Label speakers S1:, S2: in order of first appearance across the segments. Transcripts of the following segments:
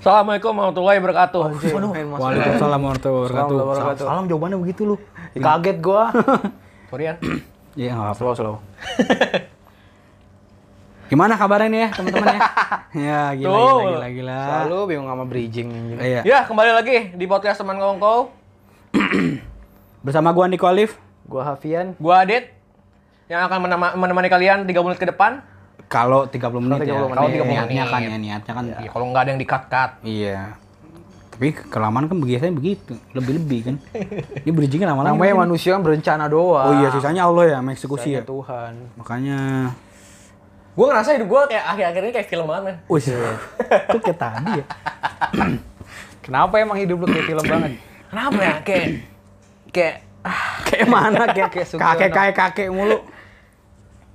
S1: Assalamualaikum warahmatullahi wabarakatuh.
S2: Aduh, Eh,
S3: Waalaikumsalam warahmatullahi wabarakatuh.
S2: Salam,
S3: Salam,
S2: wabarakatuh.
S3: salam jawabannya begitu
S2: Eh,
S3: lu.
S2: kaget gua.
S1: Korean.
S3: Iya nggak apa-apa.
S2: iya. Slow slow.
S3: Gimana kabarnya nih ya teman-teman ya? ya gila,
S1: Tuh.
S3: gila gila gila.
S2: Selalu bingung sama bridging anjir.
S3: Iya.
S1: Ya, kembali lagi di podcast teman kongkow.
S3: Bersama gua Niko Alif.
S2: Gua Hafian.
S1: Gua Adit yang akan menema- menemani kalian 3 menit ke depan.
S3: Kalau 30 menit ya.
S2: 30 menit.
S3: Kalau 30
S1: menit.
S3: niatnya kan ya, niatnya kan.
S1: Ya, kalau nggak ada yang di-cut-cut.
S3: Iya. Tapi kelamaan kan biasanya begitu, lebih-lebih kan. Ini bridgingnya lama-lama.
S2: Namanya
S3: kan?
S2: manusia yang berencana doang.
S3: Oh iya, sisanya Allah ya, sama eksekusi
S2: Ya
S3: ya.
S2: Tuhan.
S3: Makanya
S1: Gua ngerasa Eh, hidup gua kayak akhir-akhir ini kayak film banget, men.
S3: Wih, itu kayak tadi ya.
S2: Kenapa emang hidup lu kayak film banget?
S1: Kenapa ya? Kayak kayak ah,
S3: Kayak mana kayak
S2: Kayak Sugiono.
S3: kakek kakek kakek mulu.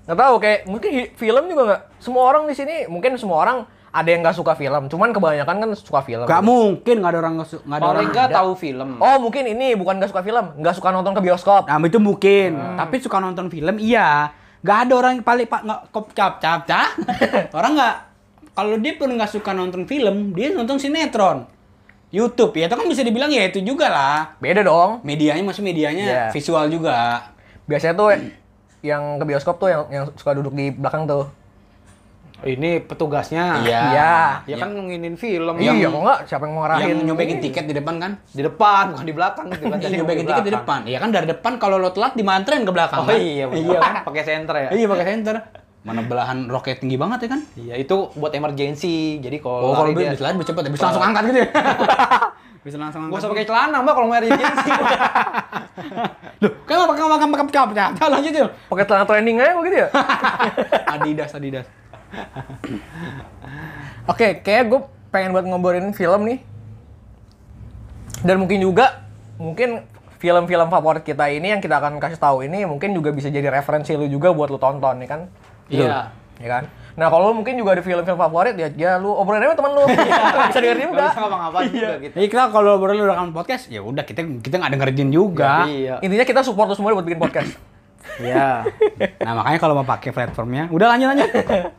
S1: nggak tahu kayak mungkin hi- film juga nggak semua orang di sini mungkin semua orang ada yang nggak suka film cuman kebanyakan kan suka film
S3: Gak mungkin gak ada orang nggak su- nggak ada orang.
S2: enggak tahu film.
S1: oh mungkin ini bukan nggak suka film nggak suka nonton ke bioskop
S3: Nah, itu mungkin.
S2: Hmm.
S3: Tapi suka nonton film, iya. Gak ada orang yang paling pak nggak kop cap cap cap. orang nggak. Kalau dia pun nggak suka nonton film, dia nonton sinetron, YouTube ya. Itu kan bisa dibilang ya itu juga lah.
S1: beda dong
S3: Medianya masih medianya
S1: Iya.
S3: visual juga.
S1: biasanya tuh yang ke bioskop tuh yang yang suka duduk di belakang tuh.
S2: Ini petugasnya.
S3: Iya.
S1: Iya.
S2: Ya kan nginginin film.
S1: Iya, kok enggak siapa yang ngarahin?
S3: Yang nyobekin tiket di depan kan?
S2: Di depan, bukan di belakang. Di belakang.
S3: Iya, Yang nyobekin tiket di depan. Iya kan dari depan kalau lo telat dimantren ke
S2: Oh
S3: belakang. kan?
S2: iya, iya kan pakai senter ya.
S3: Iya pakai senter. Mana belahan roket tinggi banget ya kan?
S2: Iya, itu buat emergency. Jadi kalau
S3: Oh,
S2: lari
S3: kalau dia
S2: dia Oh.
S3: bisa lari bisa cepet ya, bisa langsung angkat gitu ya. bisa langsung angkat.
S2: Gua usah pakai celana, Mbak, kalau mau emergency.
S3: Loh, kenapa kamu makan makan makan makan? Nah, lanjut yuk.
S1: Pakai celana training aja begitu ya?
S3: Adidas, Adidas.
S1: Oke, kayak gue pengen buat ngobrolin film nih. Dan mungkin juga mungkin film-film favorit kita ini yang kita akan kasih tahu ini mungkin juga bisa jadi referensi lu juga buat lu tonton ya kan?
S2: Iya.
S1: Ya kan? Nah, kalau lu mungkin juga ada film-film favorit ya, ya lu obrolin aja sama teman lu. bisa dengerin
S2: Nggak
S1: juga.
S2: bisa ngapa-ngapain juga gitu.
S3: Jadi kita kalau baru udah rekam podcast, ya udah kita kita nggak dengerin juga.
S2: Iya.
S1: Intinya kita support lu semua buat bikin podcast.
S2: Iya.
S3: Nah makanya kalau mau pakai platformnya, udah lanjut lanjut.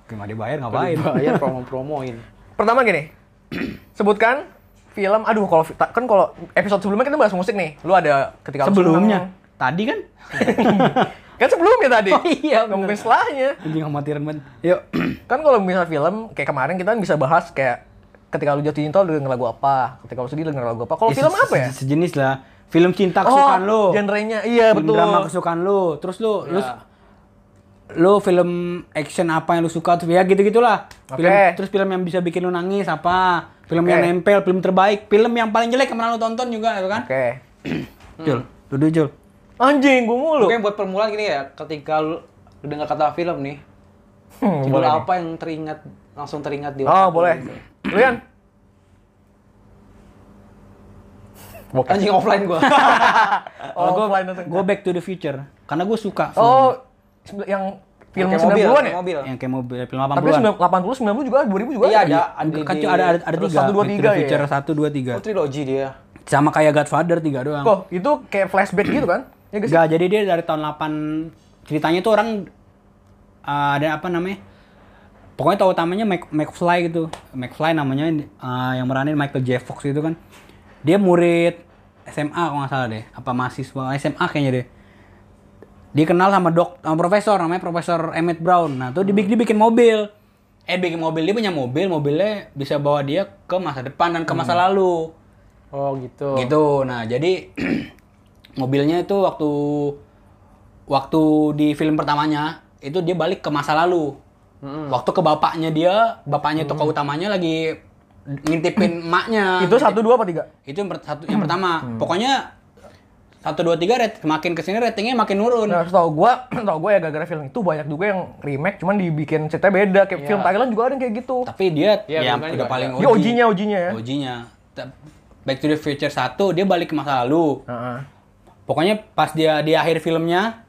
S3: Gimana dibayar ngapain?
S2: Bayar promo-promoin.
S1: Pertama gini, sebutkan film. Aduh, kalau fi- ta- kan kalau episode sebelumnya kita bahas musik nih. Lu ada ketika lu
S3: Sebelumnya, tadi kan?
S1: seneng. kan sebelumnya tadi.
S3: Oh iya, bener.
S1: Ngomongin setelahnya.
S3: Anjing amatiran banget. Yuk.
S1: Kan kalau misalnya film kayak kemarin kita kan bisa bahas kayak ketika lu jatuh cinta lu denger lagu apa, ketika lu sedih lu denger lagu apa. Kalau
S3: Ya,
S1: film
S3: se-
S1: apa ya? Oh,
S3: se- Sejenis lah. Film cinta kesukaan lo.
S1: genrenya. Iya,
S3: Film
S1: betul. Ya.
S3: drama kesukaan lu. Terus lu, lu, lu film action apa yang lu suka? Terus ya gitu-gitulah. Film,
S1: Oke.
S3: Terus film yang bisa bikin lu nangis apa? Film
S1: Oke.
S3: yang nempel, film terbaik, film yang paling jelek yang pernah lu tonton juga, itu kan?
S1: Oke. Hmm.
S3: Jul, duduk Jul.
S1: Anjing, gue mulu.
S2: Mungkin buat permulaan gini ya, ketika lu, lu dengar kata film nih,
S1: Hmm,
S2: judul
S1: boleh.
S2: apa yang teringat langsung teringat di
S1: nih. Oh, boleh. Lu Yan? Bukan.
S2: Anjing offline gua.
S1: Oh, gue
S3: Gue Back to the Future, karena gue suka film
S1: Oh, sembil- yang film
S2: Pakai
S1: 90-an ya?
S2: mobil.
S3: yang kayak mobil film 80-an.
S1: Tapi 90, 80, 90 juga, 2000 juga
S2: Iya,
S1: ada.
S2: ada ada
S3: Ada, kan
S2: di-
S3: ada, ada,
S1: ya?
S3: ada
S1: Terus
S3: tiga.
S1: satu, dua,
S3: Back to
S1: tiga
S3: the
S1: ya?
S3: Future satu dua tiga.
S2: Oh, trilogi dia.
S3: Sama kayak Godfather tiga doang.
S1: Kok, itu kayak flashback gitu kan? Ya
S2: Iya,
S1: guys?
S3: Gak, jadi dia dari tahun 8 ceritanya tuh orang uh, ada apa namanya? Pokoknya tahu utamanya Mc- McFly gitu. McFly namanya uh, yang meranin Michael J. Fox itu kan. Dia murid SMA kalau nggak salah deh, apa mahasiswa eh, SMA kayaknya deh. Dia kenal sama dok sama profesor namanya Profesor Emmett Brown. Nah, tuh dibikin dibikin mobil. Eh bikin mobil dia punya mobil, mobilnya bisa bawa dia ke masa depan dan ke masa lalu
S2: Oh, gitu.
S3: gitu nah jadi mobilnya itu waktu waktu di film pertamanya itu dia balik ke masa lalu
S2: Hmm.
S3: waktu ke bapaknya dia bapaknya tokoh utamanya lagi ngintipin emaknya
S1: Itu satu, dua, apa tiga?
S3: itu yang, per- satu, yang pertama
S2: Hmm.
S3: pokoknya satu dua tiga rat- makin kesini ratingnya makin nurun
S1: Nah,
S2: Ya.
S1: setahu gua, setahu gua ya gara-gara film itu banyak juga yang remake, cuman dibikin ceritanya beda. Kayak film Thailand juga ada yang kayak gitu.
S3: tapi dia
S2: Iya, bener-bener
S3: yang udah
S2: juga
S3: paling
S1: Ini OG-nya, OG-nya
S2: Oh,
S1: ya.
S3: OG-nya Back to the Future 1 dia balik ke masa lalu
S2: iya.
S1: Heeh.
S3: Pokoknya pas dia di akhir filmnya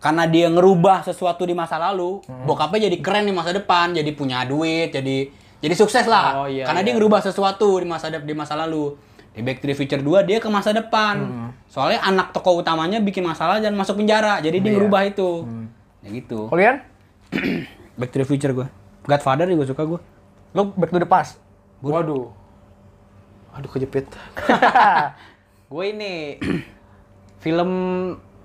S3: karena dia ngerubah sesuatu di masa lalu, bokapnya jadi keren di masa depan, jadi punya duit, jadi jadi sukses lah.
S2: Oh, iya,
S3: karena dia
S2: iya.
S3: ngerubah sesuatu di masa dep- di masa lalu. Di Back to the Future 2 dia ke masa depan. Soalnya anak tokoh utamanya bikin masalah dan masuk penjara, jadi dia ngerubah itu. Ya gitu.
S1: Kalau Yan,
S3: Back to the Future gue. Godfather juga suka gue.
S1: lu back to the past.
S2: Waduh. Aduh kejepit. gue ini film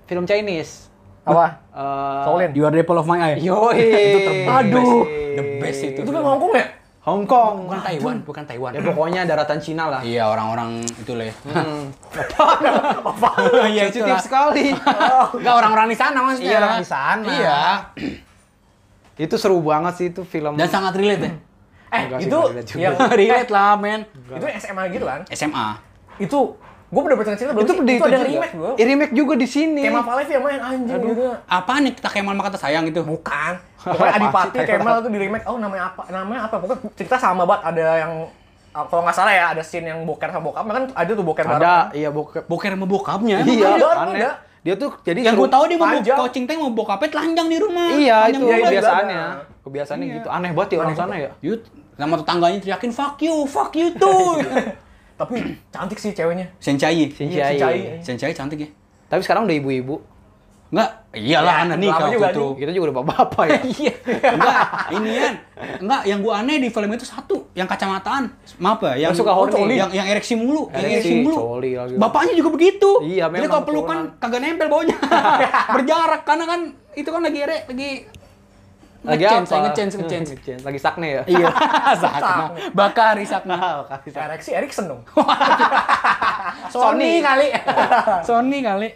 S2: film Chinese.
S1: Apa?
S2: Eh,
S1: Shaolin.
S3: You are the apple of my eye.
S2: Yoi.
S3: Itu terbaik.
S1: Aduh.
S2: The best itu.
S1: Itu kan Hongkong ya?
S2: Hong Kong.
S3: Bukan Taiwan, bukan Taiwan.
S2: Ya pokoknya daratan Cina lah.
S3: Iya orang-orang itu lah. ya.
S2: Hmm.
S3: Iya itu
S2: Sensitif sekali.
S3: Enggak orang-orang di sana
S1: Iya,
S3: maksudnya.
S1: orang di sana.
S3: Iya.
S2: itu seru banget sih itu film.
S3: Dan sangat relate ya.
S1: Eh,
S2: Enggak sih,
S1: itu
S2: nggak ada juga.
S1: yang
S3: relate lah men.
S1: itu SMA gitu kan?
S3: SMA.
S1: Itu gue udah pernah cerita belum
S2: itu
S1: sih?
S2: di-
S1: itu ada
S2: juga.
S1: remake bro.
S2: Ya, remake juga di sini.
S1: Kemal Palevi yang main anjing gitu.
S3: Apaan nih kita Kemal mah kata sayang gitu?
S1: Bukan. Kan? Pokoknya
S2: Apaan
S1: Adipati
S2: sih, kayak
S1: Kemal itu di remake. Oh namanya apa? Namanya apa? Pokoknya cerita sama banget. Ada yang ah, kalau nggak salah ya ada scene yang boker sama bokap. Kan ada tuh boker bareng.
S2: Ada, iya bokep.
S3: Boker sama bokapnya. emang
S2: Iya,
S1: ada,
S2: aneh.
S1: ada.
S2: Dia tuh jadi
S3: kan, Yang gue
S2: seru-
S3: tahu dia mau
S1: panjang.
S3: kocing teh mau bokapnya telanjang di rumah.
S2: Iya,
S3: Telanjang
S1: Iya,
S2: itu
S3: banget. Iya.
S1: iya,
S2: kebiasaannya.
S1: ada.
S2: Kebiasaannya gitu. Aneh banget ya orang sana ya.
S3: Yut, sama tetangganya teriakin fuck you, fuck you tuh.
S1: Tapi cantik sih ceweknya.
S3: Senchai.
S1: Iya, si Cai.
S3: Senchai cantik ya?
S2: Tapi sekarang udah ibu-ibu.
S3: Enggak,
S1: Ya,
S3: iyalah anak
S1: lama
S3: nikah
S1: juga,
S3: waktu itu.
S2: Kita juga udah bapak-bapak ya.
S3: Iya. Enggak, inian. Enggak, yang gua aneh di film itu satu, yang kacamataan. Maaf ya, yang
S2: Yang suka horny.
S3: coli. yang yang ereksi mulu, yang
S2: Ereksi,
S3: ereksi mulu.
S2: coli lagi.
S3: Bapaknya juga begitu.
S2: Iya,
S3: Jadi
S2: memang,
S3: kalau pelukan
S2: keturunan.
S3: kagak nempel baunya. Berjarak karena kan itu kan lagi ere, lagi
S2: Lagi
S3: nge-chance,
S2: apa?
S3: nge-chance, nge-chance.
S2: Nge-chance. Lagi sakne ya.
S3: Iya, Sakna. Bakari Sakna.
S1: Ereksi Erikson dong.
S3: Sony kali. Iya, Sony kali.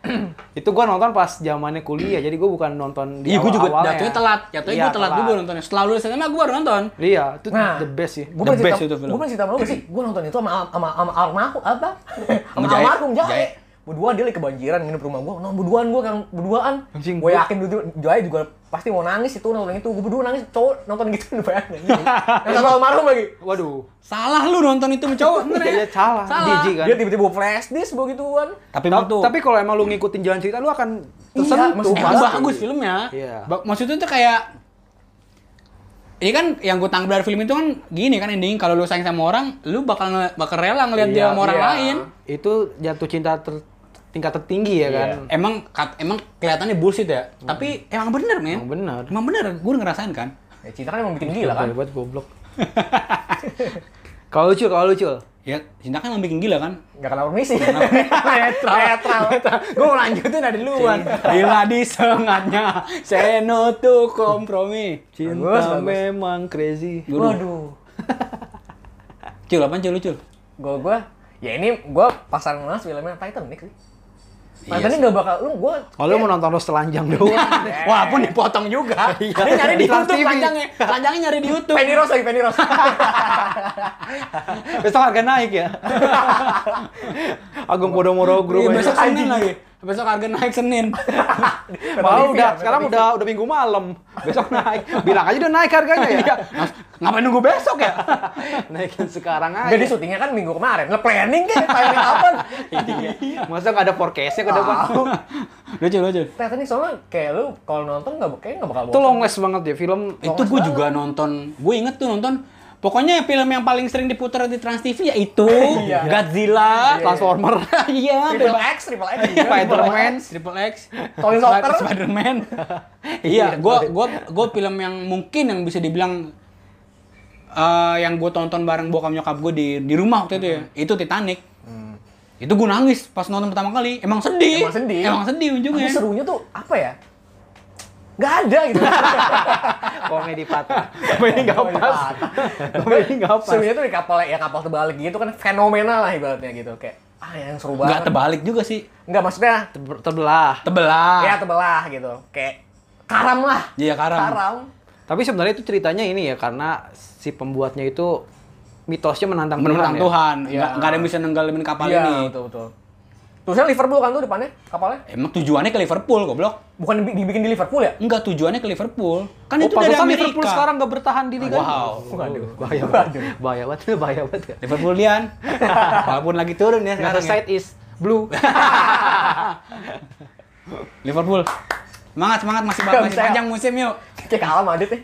S2: itu gua nonton pas zamannya kuliah jadi gua bukan nonton di
S3: Iya, gua juga
S2: awal-awalnya.
S3: jatuhnya telat. Jatuhnya
S2: Iya,
S3: gua telat juga nontonnya. Setelah lulus SMA gua baru nonton.
S2: iya itu
S1: Nah,
S2: the best sih
S1: Gue
S3: The
S1: pernah cerita,
S3: best itu film.
S1: gue pernah cerita sama lu gak sih? Gue nonton itu sama sama sama almarhum apa? Sama
S3: Jae.
S1: almarhum
S3: Jae.
S1: Jae. Berdua dia lagi kebanjiran nginep rumah gue. Nah, berduaan gue kan berduaan.
S2: Anjing,
S1: Gue
S2: gua-
S1: yakin dulu Jae juga pasti mau nangis itu nonton itu. Gue berdua nangis cowok nonton gitu udah banyak nangis. Yang sama almarhum lagi.
S2: waduh
S3: Salah lu nonton itu sama cowok. bener ya?
S2: iya salah
S3: Salah.
S2: jijik kan
S1: Dia tiba-tiba flash disk begituan.
S3: Tapi
S2: Ta-
S3: menurut
S2: tapi kalau emang lu ngikutin jalan cerita lu akan tersentuh
S1: maksudnya
S3: Emang
S2: pasti.
S3: Eh, bagus filmnya.
S2: Iya.
S3: Ba- Maksudnya tuh kayak ini kan yang gue tangkap dari film itu kan gini kan ending kalau lu sayang sama orang, lu bakal nge- bakal rela ngeliat
S2: Iya,
S3: dia sama orang
S2: iya.
S3: lain.
S2: itu jatuh cinta ter- tingkat tertinggi ya kan
S3: Emang kat- emang kelihatannya bullshit ya, tapi emang bener men.
S2: Hmm. Emang bener.
S3: Emang bener, gue ngerasain kan.
S1: Ya, cinta kan emang
S2: Iya.
S1: bikin gila kan.
S2: buat goblok kalau lucu kalau lucu
S3: Ya, cinta kan emang bikin gila kan.
S1: Gak kenal permisi. Netral. Netral.
S3: gue mau lanjutin dari luan. Bila disengatnya, seno tuh kompromi.
S1: Bagus,
S2: cinta
S1: bagus.
S2: memang crazy
S1: Waduh.
S3: Cul, apaan cul, lu, cul?
S1: Gue gue ya ini gue pasaran mas filmnya Titanic sih.
S3: Iya
S1: Titanic gak bakal lu gue
S2: kalau Oh, lu mau nonton lu telanjang doang
S3: Walaupun dipotong juga.
S2: Iya.
S3: Dia nyari di
S2: Trans
S3: YouTube
S2: TV.
S3: panjangnya. Panjangnya nyari di YouTube.
S1: Eh, Penny Rose lagi Penny Rose.
S2: besok harga naik ya Agung Podomoro Group
S3: Iya, besok
S2: aja.
S3: Senin lagi. Besok harga naik Senin.
S2: Mau
S1: TV,
S2: udah,
S1: Metro
S2: sekarang
S1: TV.
S2: udah udah minggu malam. Besok naik. Bilang aja udah naik harganya ya.
S3: Mas, ngapain nunggu besok ya?
S2: Naikin sekarang aja.
S1: Jadi syutingnya kan minggu kemarin. Nge planning kan timing kapan?
S2: Iya. Masa nggak ada forecastnya ke depan?
S3: Lucu, lucu.
S1: Titanic soalnya kayak lu kalau nonton nggak kayaknya nggak bakal
S2: Itu
S1: bosan.
S2: longless banget ya film.
S3: Itu gue juga nonton. Gue inget tuh nonton. Pokoknya film yang paling sering diputar di Trans TV ya itu.
S1: Iya.
S3: Godzilla.
S2: Transformer.
S3: Iya.
S1: Triple X, Triple X.
S2: Iya,
S1: juga.
S2: Spider-Man.
S3: Triple X,
S1: Tony
S3: Sp-
S1: Stark.
S3: Spider-Man. iya, gua gua gua film yang mungkin yang bisa dibilang eh, yang gue tonton bareng bokap nyokap gue di di rumah waktu itu ya.
S1: Hmm.
S3: Itu Titanic. Itu gue nangis pas nonton pertama kali. Emang sedih.
S1: Emang sedih.
S3: Emang sedih
S1: Tapi
S3: ujungnya.
S1: serunya tuh apa ya? Gak ada gitu.
S2: Komedi patah. Komedi nggak
S1: Komedi
S2: pas. Komedi nggak pas.
S1: serunya tuh di kapal ya kapal terbalik gitu kan fenomena lah ibaratnya gitu kayak ah yang seru
S3: Gak
S1: banget.
S3: terbalik juga sih.
S1: Nggak maksudnya
S2: Ter-
S1: ya
S2: Terbelah.
S3: Tebelah.
S1: tebelah gitu kayak karam lah.
S3: Ah. Iya, karam.
S2: Tapi sebenarnya itu ceritanya ini ya karena si pembuatnya itu mitosnya menantang
S3: Menentang
S2: ya.
S3: Tuhan.
S1: Iya.
S3: Gak, ada yang bisa nenggalamin kapal
S1: Iya,
S3: ini.
S1: betul betul. Tulisannya Liverpool kan tuh depannya kapalnya.
S3: Emang tujuannya ke Liverpool, goblok.
S1: Bukan dibi- dibikin di Liverpool ya?
S3: Enggak, tujuannya ke Liverpool. Kan
S2: Oh,
S3: itu dari
S2: pantesan
S3: Amerika.
S2: Liverpool sekarang nggak bertahan di liga.
S3: Wow.
S2: Waduh, bahaya banget. Bahaya banget, bahaya banget.
S3: Liverpoolian. Walaupun lagi turun ya
S2: Another side
S3: sekarang ya.
S2: is blue.
S3: ya. Liverpool. Semangat, semangat masih
S1: Gak
S3: bagus, masih
S1: bisa.
S3: panjang musim yuk.
S1: Kayak kalah Madrid ya.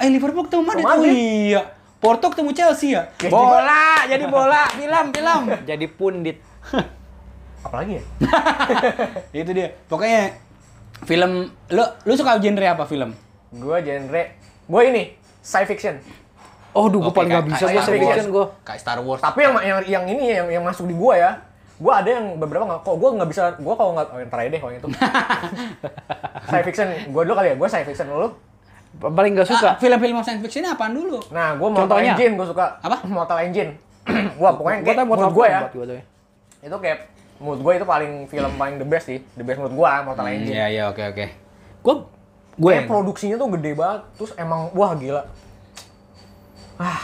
S3: Eh Liverpool ketemu Madrid.
S1: Sama
S3: Oh,
S1: Madrid.
S3: iya. Porto ketemu Chelsea ya.
S1: Jadi
S3: Bola, jadi bola, film, film.
S2: Jadi pundit.
S1: Apalagi ya?
S3: Itu dia. Pokoknya film lu lu suka genre apa film?
S1: Gua genre gua ini science fiction.
S2: Oh, duh, gue
S4: Oke,
S2: paling
S4: kayak-
S2: gak bisa
S4: kayak
S2: gue
S4: Star
S2: science
S4: Wars.
S2: fiction gue.
S4: Kayak Star Wars.
S1: Tapi yang yang yang ini ya, yang yang masuk di gua ya. Gua ada yang beberapa nggak kok gua nggak bisa gua kalau nggak oh, yang terakhir deh kalau yang itu. science fiction gua dulu kali ya, gua science fiction dulu.
S2: Paling gak suka.
S3: Ah, film-film science fiction apaan dulu?
S1: Nah, gua Mortal
S2: Contohnya?
S1: Engine gua suka.
S3: Apa?
S1: Mortal Engine. Wah, pokoknya
S2: Gua
S1: kayak
S2: tau Mortal
S1: menurut gua ya.
S2: Kombat gua tuh
S1: Itu kayak menurut gua itu paling film paling the best sih. The best menurut gua Mortal Engine.
S3: Iya, iya, oke, oke.
S2: Gue
S3: Gue
S1: Kayak produksinya tuh gede banget, terus emang wah gila. Ah.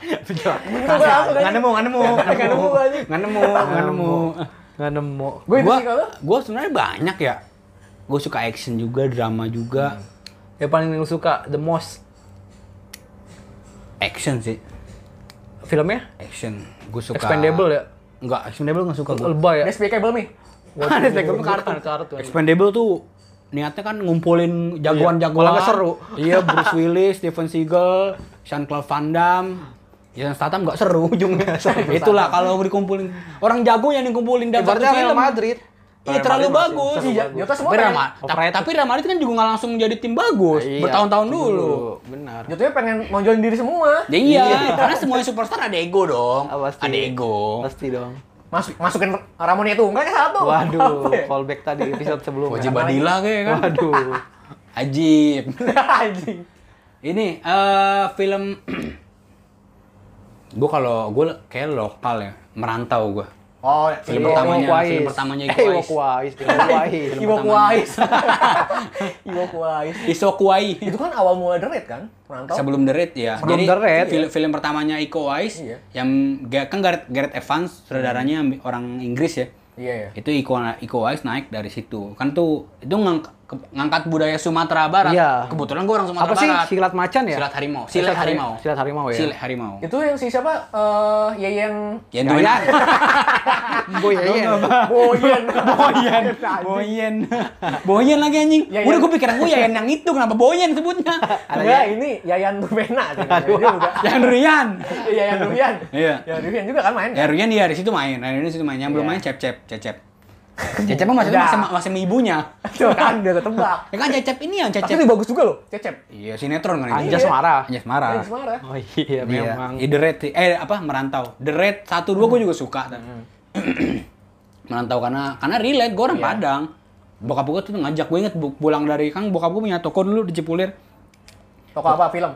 S1: Gua langsung aja.
S3: nggak nemu, nggak nemu,
S1: Nggak nemu, anjing.
S3: nggak nemu, nggak nemu.
S2: gak nemu.
S1: Gua itu
S3: Gua,
S1: sih kalau
S3: gua sebenarnya banyak ya. Gue suka action juga, drama juga,
S2: Yang paling lu suka, the most.
S3: action sih,
S2: Filmnya?
S3: action. Gue suka.
S2: Expendable ya?
S3: Enggak, Expendable nggak suka gue.
S2: Lebay ya?
S1: Despicable Me.
S2: Ada Iya. Despicable Me kartun. Kartun.
S3: Expendable tuh niatnya kan ngumpulin jagoan-jagoan.
S2: Kalau nggak seru.
S3: Iya, Bruce Willis, Steven Seagal, Sean Claude Van Damme. Jason Statham nggak seru ujungnya. Itulah kalau dikumpulin orang jago yang dikumpulin dalam
S2: Ibaratnya
S3: satu
S2: Real
S3: film.
S2: Madrid.
S3: Iya terlalu bagus.
S1: Iya, Jota semua
S3: tapi
S1: pengen-
S3: Rama, tapi, tapi Real Madrid kan juga nggak langsung jadi tim bagus.
S2: Iya.
S3: Bertahun-tahun dulu.
S2: Benar.
S1: Jatuhnya pengen nonjolin diri semua.
S3: Ya iya, karena semuanya superstar ada ego dong.
S2: Ah, pasti.
S3: Ada ego.
S2: Pasti dong.
S1: Masuk masukin Ramon itu enggak satu.
S2: Oh, Waduh,
S1: Apa ya?
S2: callback tadi episode sebelumnya.
S3: Wajib badila kayak kan.
S2: Waduh.
S3: Ajib.
S1: Nah, Anjing.
S3: Ini eh film gue kalau gue kayak lokal ya, merantau gue.
S1: Oh, iya.
S3: Film pertama. pertamanya-
S2: Iwo Kuwais.
S3: film pertamanya Iwo
S2: Eh, Iwo
S3: Kuwais.
S2: Kuwais. Iwo Kuwais.
S1: Iwo Kuwais. Iwo Kuwais.
S3: Isokuai.
S1: Itu kan awal mula The Raid kan? Perantau.
S3: Sebelum The Raid ya.
S2: Sebelum
S3: Jadi
S2: The Raid,
S3: film, film pertamanya Iko Uwais
S1: Iya.
S3: yang ga- kan Gareth, Gareth Evans saudaranya
S2: Hmm.
S3: ambi- orang Inggris ya.
S1: Iya, iya.
S3: Itu Iko Iko Uwais naik dari situ. Kan tuh itu ngang- ke- ngangkat budaya Sumatera Barat.
S2: Iya.
S3: Kebetulan gua orang Sumatera
S2: Apa sih?
S3: Barat.
S2: Silat macan ya?
S3: Silat harimau.
S2: Silat
S3: Silat
S2: hari-
S3: harimau.
S2: silat harimau ya?
S3: Silat harimau.
S1: Itu yang si siapa? Eh, Yeyen.
S3: Yang duit.
S2: Yayan. Boy, ya, ya.
S1: Boyen.
S3: Boyen, Boyen, Boyen lagi anjing.
S1: Yayan.
S3: Udah gue pikir gue Yayan ya yang itu kenapa Boyen sebutnya?
S1: Enggak, ini Yayan Duvena. sih namanya. Dia udah.
S3: Yang Rian.
S1: Iya, Yayan Durian.
S3: Iya.
S1: Yayan Durian juga kan main.
S3: Ya Rian dia dari situ main, Rian dari situ main. Yang belum
S1: Iya.
S3: main cecep, cecep. Cecep mah maksudnya
S1: Udah.
S3: masih masih sama ibunya.
S1: Itu kan udah ketebak.
S3: Ya kan cecep ini yang
S1: Tapi
S3: cecep.
S1: itu bagus juga loh, Cecep.
S3: Iya sinetron kan itu.
S2: Anjas marah.
S3: Anjas marah.
S1: Anjas Marah.
S2: Oh iya,
S3: Iya.
S2: memang.
S3: Iya, The Red, eh apa merantau. The Red 1 2 gue juga suka.
S1: Mm-hmm.
S3: merantau karena karena relate gue orang
S1: Iya.
S3: Padang. Bokap gue tuh ngajak gue inget bu- pulang dari kan bokap gue punya toko dulu di Cipulir.
S1: Toko apa film?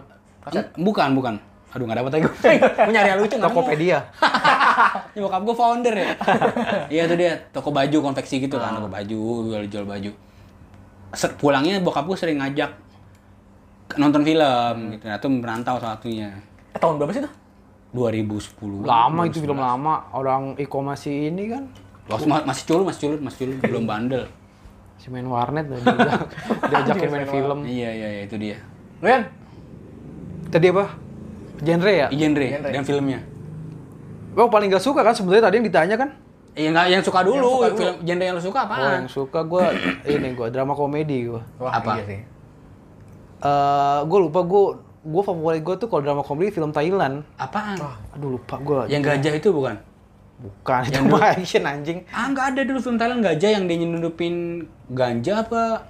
S1: Kaset.
S3: Hmm, Bukan, bukan. Aduh, nggak dapat lagi. Gue nyari yang lucu nggak nemu.
S2: Tokopedia.
S3: Ya, bokap gue founder ya. Iya tuh dia, toko baju, konveksi gitu kan. Toko baju, jual-jual baju. Ser- Pulangnya bokap gue sering ngajak nonton film gitu. Nah, itu merantau salah satunya.
S1: Eh, tahun berapa sih itu?
S3: 2010.
S2: Lama itu film lama. Orang Iko masih ini kan.
S3: Waktu ma- masih culun, masih culun, masih culun, belum bandel.
S2: Si main warnet dah diajak- diajakin main film.
S3: Iya, iya, iya, itu dia.
S1: Lu Yan?
S2: Tadi apa? Genre ya?
S3: Genre,
S1: Genre.
S3: dan filmnya.
S2: Lo paling gak suka kan sebenarnya tadi yang ditanya kan?
S3: Iya, nggak yang suka dulu,
S1: suka dulu.
S3: film genre yang lu suka
S2: Oh,
S3: apaan?
S2: yang suka gue ini gue drama komedi gue.
S1: Wah,
S3: Apa?
S1: iya sih.
S2: Eh gue lupa gue gue favorit gue tuh kalau drama komedi film Thailand.
S3: Apaan?
S1: Ah.
S2: Aduh lupa gue.
S3: Yang gajah itu bukan?
S2: Bukan itu mah action anjing.
S3: Ah, nggak ada dulu film Thailand gajah yang dia nyelundupin ganja apa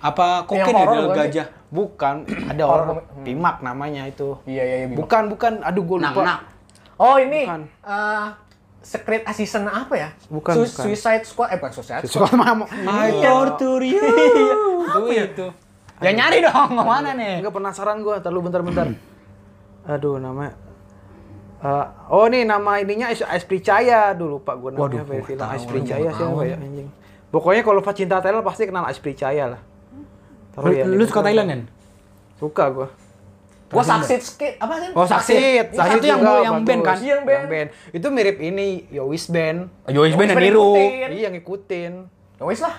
S3: apa kokain ya
S1: horor
S3: dalam
S1: bukan sih?
S3: gajah.
S2: Bukan ada
S1: Horror
S2: orang Pimak namanya itu.
S1: Iya, iya, iya. Bima.
S2: Bukan bukan. Aduh gue
S3: Nak
S2: lupa.
S3: nak.
S1: Oh ini
S2: Bukan.
S1: eh, Secret Assistant apa ya?
S2: Bukan,
S1: Su-
S2: bukan.
S1: Suicide Squad, eh bukan Suicide Squad.
S2: Suka sama
S3: I
S2: ya.
S3: torture you. Itu itu. Ya nyari dong, kemana nih?
S2: Enggak penasaran gue. Terlalu bentar-bentar. Aduh nama. Eh, oh nih nama ininya Ais, Ais Pricaya dulu lupa gue namanya
S3: Waduh,
S2: Waduh, film
S3: tahu,
S2: Ais
S3: orang
S2: Pricaya
S3: nggak
S2: siapa
S3: tahu.
S2: ya anjing. Pokoknya kalau pecinta Thailand pasti kenal Ais Pricaya lah. Taruh ya,
S3: Lu
S2: nih,
S3: lu suka
S2: gua-
S3: Thailand kan?
S2: Suka gue.
S1: Gua Saksit Skate, apa sih?
S3: Oh, Saksit.
S2: Saksit,
S3: Saksit
S2: Saksit
S3: itu yang
S2: juga
S3: gua- yang
S2: bagus.
S3: band kan?
S1: Iya, yang band.
S2: Itu mirip ini Yowis Band.
S3: Joyce
S1: Band
S3: Band
S1: yang
S3: yang
S1: niru.
S3: niru.
S2: Iya yang ngikutin.
S1: Ya wis lah.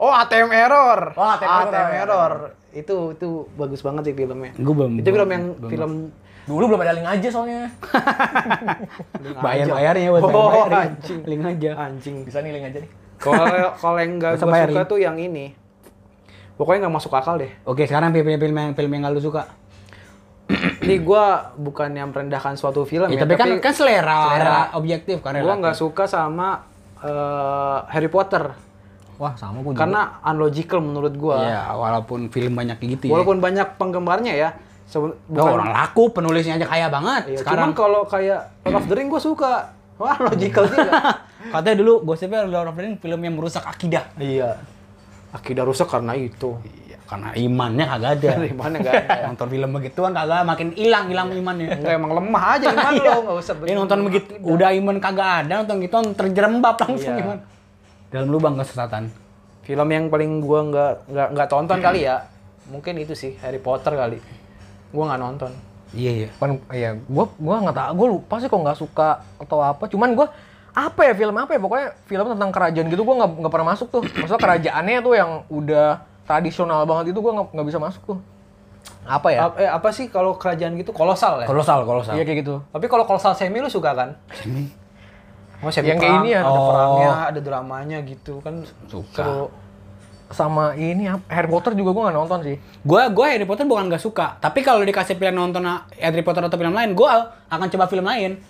S2: Oh ATM Error.
S1: Oh, ATM Error.
S2: ATM Error. Itu itu bagus banget sih filmnya.
S3: Gua belum-
S2: Itu film
S3: belum-
S2: yang
S3: belum.
S2: film
S1: Dulu belum ada link aja soalnya.
S3: Bayar-bayarnya buat
S2: Oh,
S3: bayar-bayarin.
S2: anjing.
S3: Link aja.
S2: anjing.
S1: Bisa nih link aja nih.
S2: Iya. Kalau kalau yang nggak
S3: Masa
S2: gua
S3: bayarin?
S2: suka tuh yang ini. Pokoknya nggak masuk akal deh.
S3: Oke, sekarang film-film yang film yang gak lu suka.
S2: Ini gua bukan yang merendahkan suatu film
S3: Ya,
S2: ya,
S3: tapi kan kan selera,
S2: selera.
S3: objektif kan.
S2: gua
S3: relatif.
S2: nggak suka sama eh, Harry Potter
S3: Wah, sama gua juga.
S2: karena unlogical menurut Kan gua.
S3: Iya, walaupun film banyak gitu ya.
S2: Walaupun banyak penggemarnya ya, Sebe-
S3: Duh, Oh, orang laku, penulisnya aja kaya banget
S2: Iya,
S3: sekarang.
S2: Cuman kalau kayak Lord of the Ring gue suka. Wah, logical juga.
S3: Katanya dulu gosipnya Lord of the Rings film yang merusak akidah.
S2: iya. Akidah rusak karena itu.
S3: Iya, karena imannya kagak ada.
S2: Imannya nggak ada.
S3: nonton film begituan kagak makin hilang hilang imannya.
S2: Enggak emang lemah aja iman lo, enggak usah
S3: Iya. Ini nonton begitu udah iman kagak ada nonton gitu terjerembab langsung
S2: Iya.
S3: iman. Dalam lubang kesesatan.
S2: Film yang paling gua nggak nggak nggak tonton kali ya. Mungkin itu sih Harry Potter kali. Gua nggak nonton.
S3: Iya iya.
S1: Kan, ya, gua gua nggak tahu, gua lupa sih kok nggak suka atau apa. Cuman gua apa ya film apa ya pokoknya film tentang kerajaan gitu gua nggak nggak pernah masuk tuh. Maksudnya kerajaannya tuh yang udah tradisional banget itu gua nggak nggak bisa masuk tuh. Apa ya?
S2: Ap- eh, apa sih kalau kerajaan gitu kolosal ya?
S3: Kolosal kolosal.
S1: Iya kayak gitu.
S2: Tapi kalau kolosal semi lu suka kan? Oh, semi
S1: Yang kayak
S2: perang,
S1: ini ya.
S2: ada
S3: Oh.
S2: perangnya, ada dramanya gitu kan.
S3: Suka.
S2: Seru.
S1: Sama ini apa, Harry Potter juga gua nggak nonton sih.
S3: Gue gue Harry Potter bukan gak suka, tapi kalau dikasih pilihan nonton ah, Harry Potter atau film lain, gue akan coba film lain.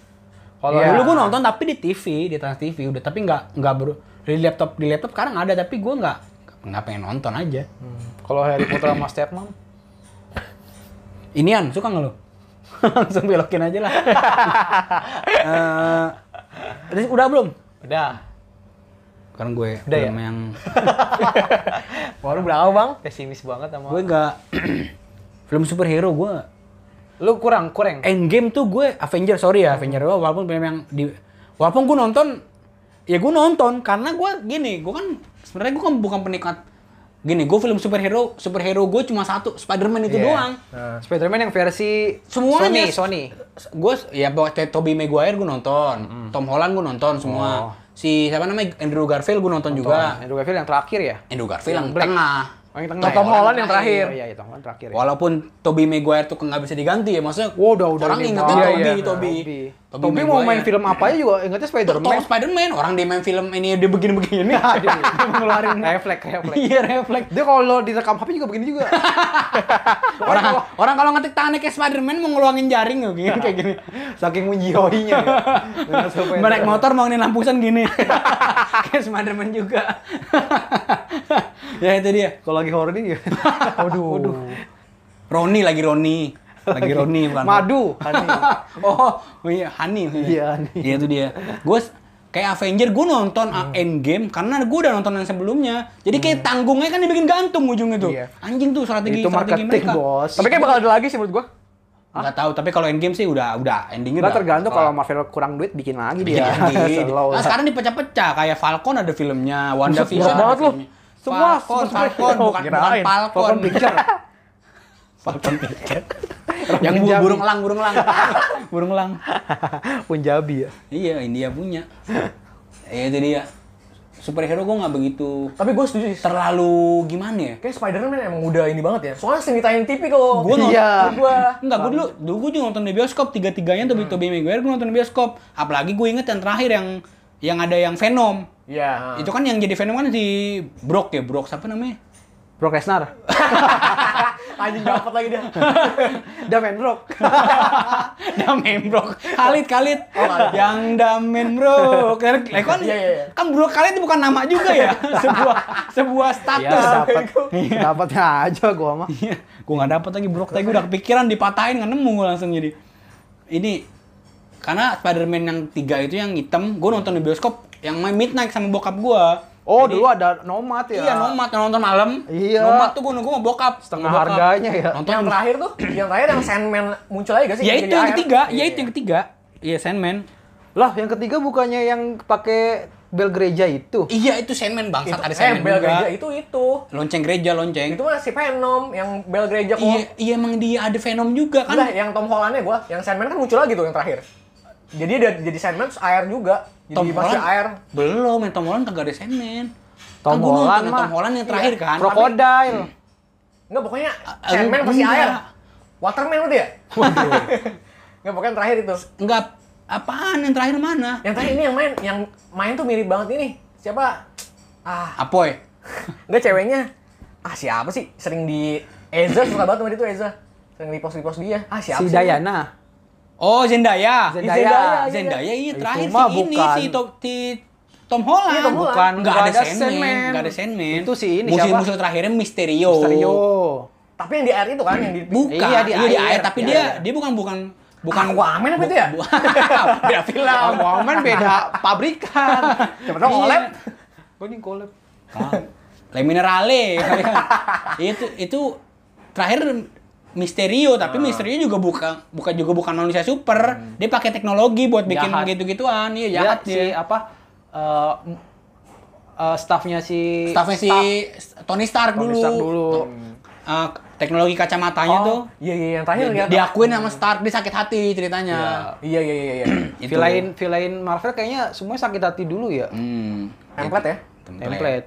S3: Kalau
S1: Iya.
S3: dulu gue nonton tapi di TV, di Trans TV udah, tapi nggak nggak ber di laptop di laptop sekarang ada, tapi gue nggak nggak pengen nonton aja.
S2: Hmm. Kalau Harry Potter sama Stepmom,
S3: Inian suka nggak lo? Langsung belokin aja lah. Eh, terus udah belum?
S2: udah
S3: Kan gue
S2: Udah
S3: film yang
S1: Baru berapa bang?
S2: pesimis banget sama
S3: gue nggak film superhero gue
S2: lu kurang kurang
S3: Endgame tuh gue Avenger sorry ya Avenger doang, walaupun film yang di walaupun gue nonton ya gue nonton karena gue gini gue kan sebenarnya gue kan bukan penikmat gini gue film superhero superhero gue cuma satu Spider-Man itu
S2: Iya.
S3: doang
S1: Nah,
S2: Spider-Man yang versi
S3: semuanya
S2: Sony, Sony.
S3: gue ya pokoknya Tobey Maguire gue nonton Tom Holland gue nonton semua
S2: Oh.
S3: si siapa namanya Andrew Garfield gue nonton, juga
S2: Andrew Garfield yang terakhir ya?
S3: Andrew Garfield
S2: Yang
S3: yang,
S2: black.
S3: tengah
S2: Oh, yang
S1: Tom Holland yang terakhir.
S2: Oh, iya, iya, Tom Holland terakhir. Ya.
S3: walaupun Tobey Maguire tuh nggak bisa diganti ya maksudnya
S2: Wow, udah, udah.
S3: orang
S2: ini
S3: ingetin
S2: banget.
S1: Iya,
S3: Tobey
S1: iya.
S3: Tobey
S2: Toby. Toby mau
S3: Maguire.
S2: main film apa aja juga ingetnya Spider-Man.
S3: Spider-Man. Spider-Man, orang dia main film ini dia begini-begini.
S2: Aduh, dia ngeluarin reflek, reflek.
S3: Iya, refleks.
S2: Dia kalau direkam HP juga begini juga.
S3: Orang orang kalau ngetik tangannya kayak Spider-Man mau ngeluangin jaring loh,
S2: Nah,
S3: gini, kayak gitu. gini.
S2: Saking menjihoinya ya. Dengan Spider-Man.
S3: Naik motor mau ngeliatin lampusan gini. kayak Spider-Man juga. ya itu dia.
S2: Kalau lagi horny ya. Waduh. Waduh.
S3: Roni lagi Roni. Lagi Roni bukan.
S2: Madu. Honey.
S3: oh, oh iya, Hani.
S2: Iya, Hani.
S3: Iya itu dia. Gue s- kayak Avenger gue nonton
S2: Hmm.
S3: Endgame karena gue udah nonton yang sebelumnya. Jadi kayak tanggungnya kan dibikin gantung ujungnya tuh.
S1: Iya.
S3: Anjing tuh strategi
S2: Itu
S3: strategi
S2: marketing,
S3: mereka.
S2: Bos.
S1: Tapi kayak bakal ada lagi sih menurut gua.
S3: Nggak tahu, tapi kalau endgame sih udah udah endingnya
S2: Nggak Iya,
S3: udah.
S2: tergantung kalau Marvel kurang duit bikin lagi
S3: Bikin
S2: dia.
S3: ending.
S2: Slow lah.
S3: Nah, sekarang dipecah-pecah kayak Falcon ada filmnya, Wanda
S1: Buset, banyak banget loh.
S3: Semua
S1: Semua
S3: Falcon,
S1: super-
S3: Falcon bukan bukan
S1: Kirain.
S3: Falcon.
S2: Falcon Picture.
S3: Falcon Picture. Yang bu-
S2: Punjabi.
S3: burung elang, burung elang. burung elang.
S2: Punjabi ya.
S3: Iya, India punya. Ya itu dia. Superhero gue nggak begitu
S1: Tapi gua setuju sih.
S3: terlalu gimana ya?
S1: Kayak Spider-Man emang udah ini banget ya. Soalnya semitain TV kalau
S3: Gua nonton-
S1: Menurut gua. Iya.
S3: Enggak, gue dulu, dulu gue juga nonton di bioskop, tiga-tiganya Tobey Tobey Maguire gue nonton di bioskop. Apalagi gue inget yang terakhir yang yang ada yang Venom.
S1: Iya.
S3: Itu kan yang jadi Venom kan si Brock ya, Brock siapa namanya?
S2: Brock Lesnar.
S1: Anjing dapat lagi dia.
S2: Damen Rock.
S3: Damen Brock. Khalid, Khalid. yang Damen Brock. Eh, kan,
S1: Iya, iya, iya.
S3: kan Brock Khalid bukan nama juga ya. sebuah sebuah status.
S2: Iya, dapat. Dapatnya aja gua mah.
S3: Iya, gue nggak dapat lagi Brock, tapi gue udah kepikiran dipatahin nggak nemu gue langsung jadi. Ini karena Spider-Man yang tiga itu yang hitam, gue nonton di bioskop yang main Midnight sama bokap gue.
S2: Oh, dulu ada Nomad ya.
S3: Iya, nomad yang nonton malam.
S2: Iya.
S3: Nomad tuh gue nunggu sama bokap.
S2: Setengah
S3: Sama bokap.
S2: harganya ya.
S3: Nonton
S1: yang terakhir tuh, yang terakhir yang Sandman muncul lagi gak sih?
S3: Ya itu
S1: Jadi
S3: yang
S1: air.
S3: ketiga, ya
S1: Iya,
S3: itu yang ketiga. Iya Sandman.
S2: Lah, yang ketiga bukannya yang pakai bel gereja itu?
S3: Iya itu Sandman bangsat
S1: Itu,
S3: ada
S1: eh,
S3: Sandman
S1: bel
S3: juga.
S1: gereja itu itu.
S3: Lonceng gereja lonceng.
S1: Itu mah si Venom yang bel gereja kok.
S3: Iya, iya emang dia ada Venom juga kan.
S1: Udah, yang Tom Hollandnya gua, yang Sandman kan muncul lagi tuh yang terakhir. Jadi dia jadi Sandman terus air juga. Jadi
S3: Tom
S1: pasti
S3: Holland
S1: air.
S3: belum, yang Tom Holland kagak ada Sandman.
S2: Tom
S3: Kan gua nonton
S2: Holland
S3: yang
S2: mah.
S3: Tom Holland yang terakhir kan.
S2: Krokodil.
S1: Enggak pokoknya
S3: Eh,
S1: Sandman pasti
S3: enggak.
S1: air. Waterman udah ya?
S3: Waduh.
S1: Enggak pokoknya yang terakhir itu.
S3: Enggak apaan yang terakhir mana?
S1: Yang terakhir ini yang main, yang main tuh mirip banget ini. Siapa? Ah,
S3: Apoy.
S1: enggak ceweknya. Ah siapa sih? Sering di Eza suka banget sama dia tuh Eza. Sering di post di post dia. Ah siapa sih?
S2: Si Dayana.
S3: Oh,
S2: Zendaya.
S3: Zendaya. Zendaya,
S1: gitu
S3: Zendaya, iya terakhir
S2: mah
S3: si ini
S2: bukan.
S3: si Tom, si Tom Holland.
S1: Iya, Tom Holland.
S3: Bukan, enggak ada, Sandman,
S2: Sandman.
S3: enggak ada Sandman.
S2: Itu si ini
S3: musuh,
S2: siapa?
S3: Musuh terakhirnya Misterio.
S2: Misterio.
S1: Tapi yang di air itu kan yang di
S3: Bukan,
S2: Iya, di
S3: Iya, di
S2: air.
S3: air, tapi
S1: Iya,
S3: dia
S1: iya.
S3: dia bukan bukan bukan
S1: bukan Aquaman apa itu ya?
S3: Bu- Beda film.
S2: Aquaman beda pabrikan.
S1: Siapa tahu
S3: Iya.
S1: collab.
S2: Gue nih collab.
S3: Kan, Le Minerale. kan? itu itu terakhir Misterio, tapi
S2: Ah.
S3: Misterio juga bukan bukan juga bukan manusia super. Dia pakai teknologi buat bikin
S2: Hmm. Jahat.
S3: gitu-gituan. Iya,
S2: Dia
S3: jahat
S2: si
S3: dia.
S2: apa? eh, m- eh, staffnya si
S3: Staffnya si
S2: staff-
S3: Tony Stark
S2: Tony
S3: dulu.
S2: Stark dulu. Oh.
S3: Eh, teknologi kacamatanya tuh
S1: Iya iya yang terakhir
S3: dia-
S1: lihat.
S3: diakuin sama Stark dia sakit hati ceritanya.
S1: Iya iya iya iya.
S3: Itu.
S2: Villain villain Marvel kayaknya semua sakit hati dulu ya.
S3: Hmm.
S1: Template ya?
S2: Template.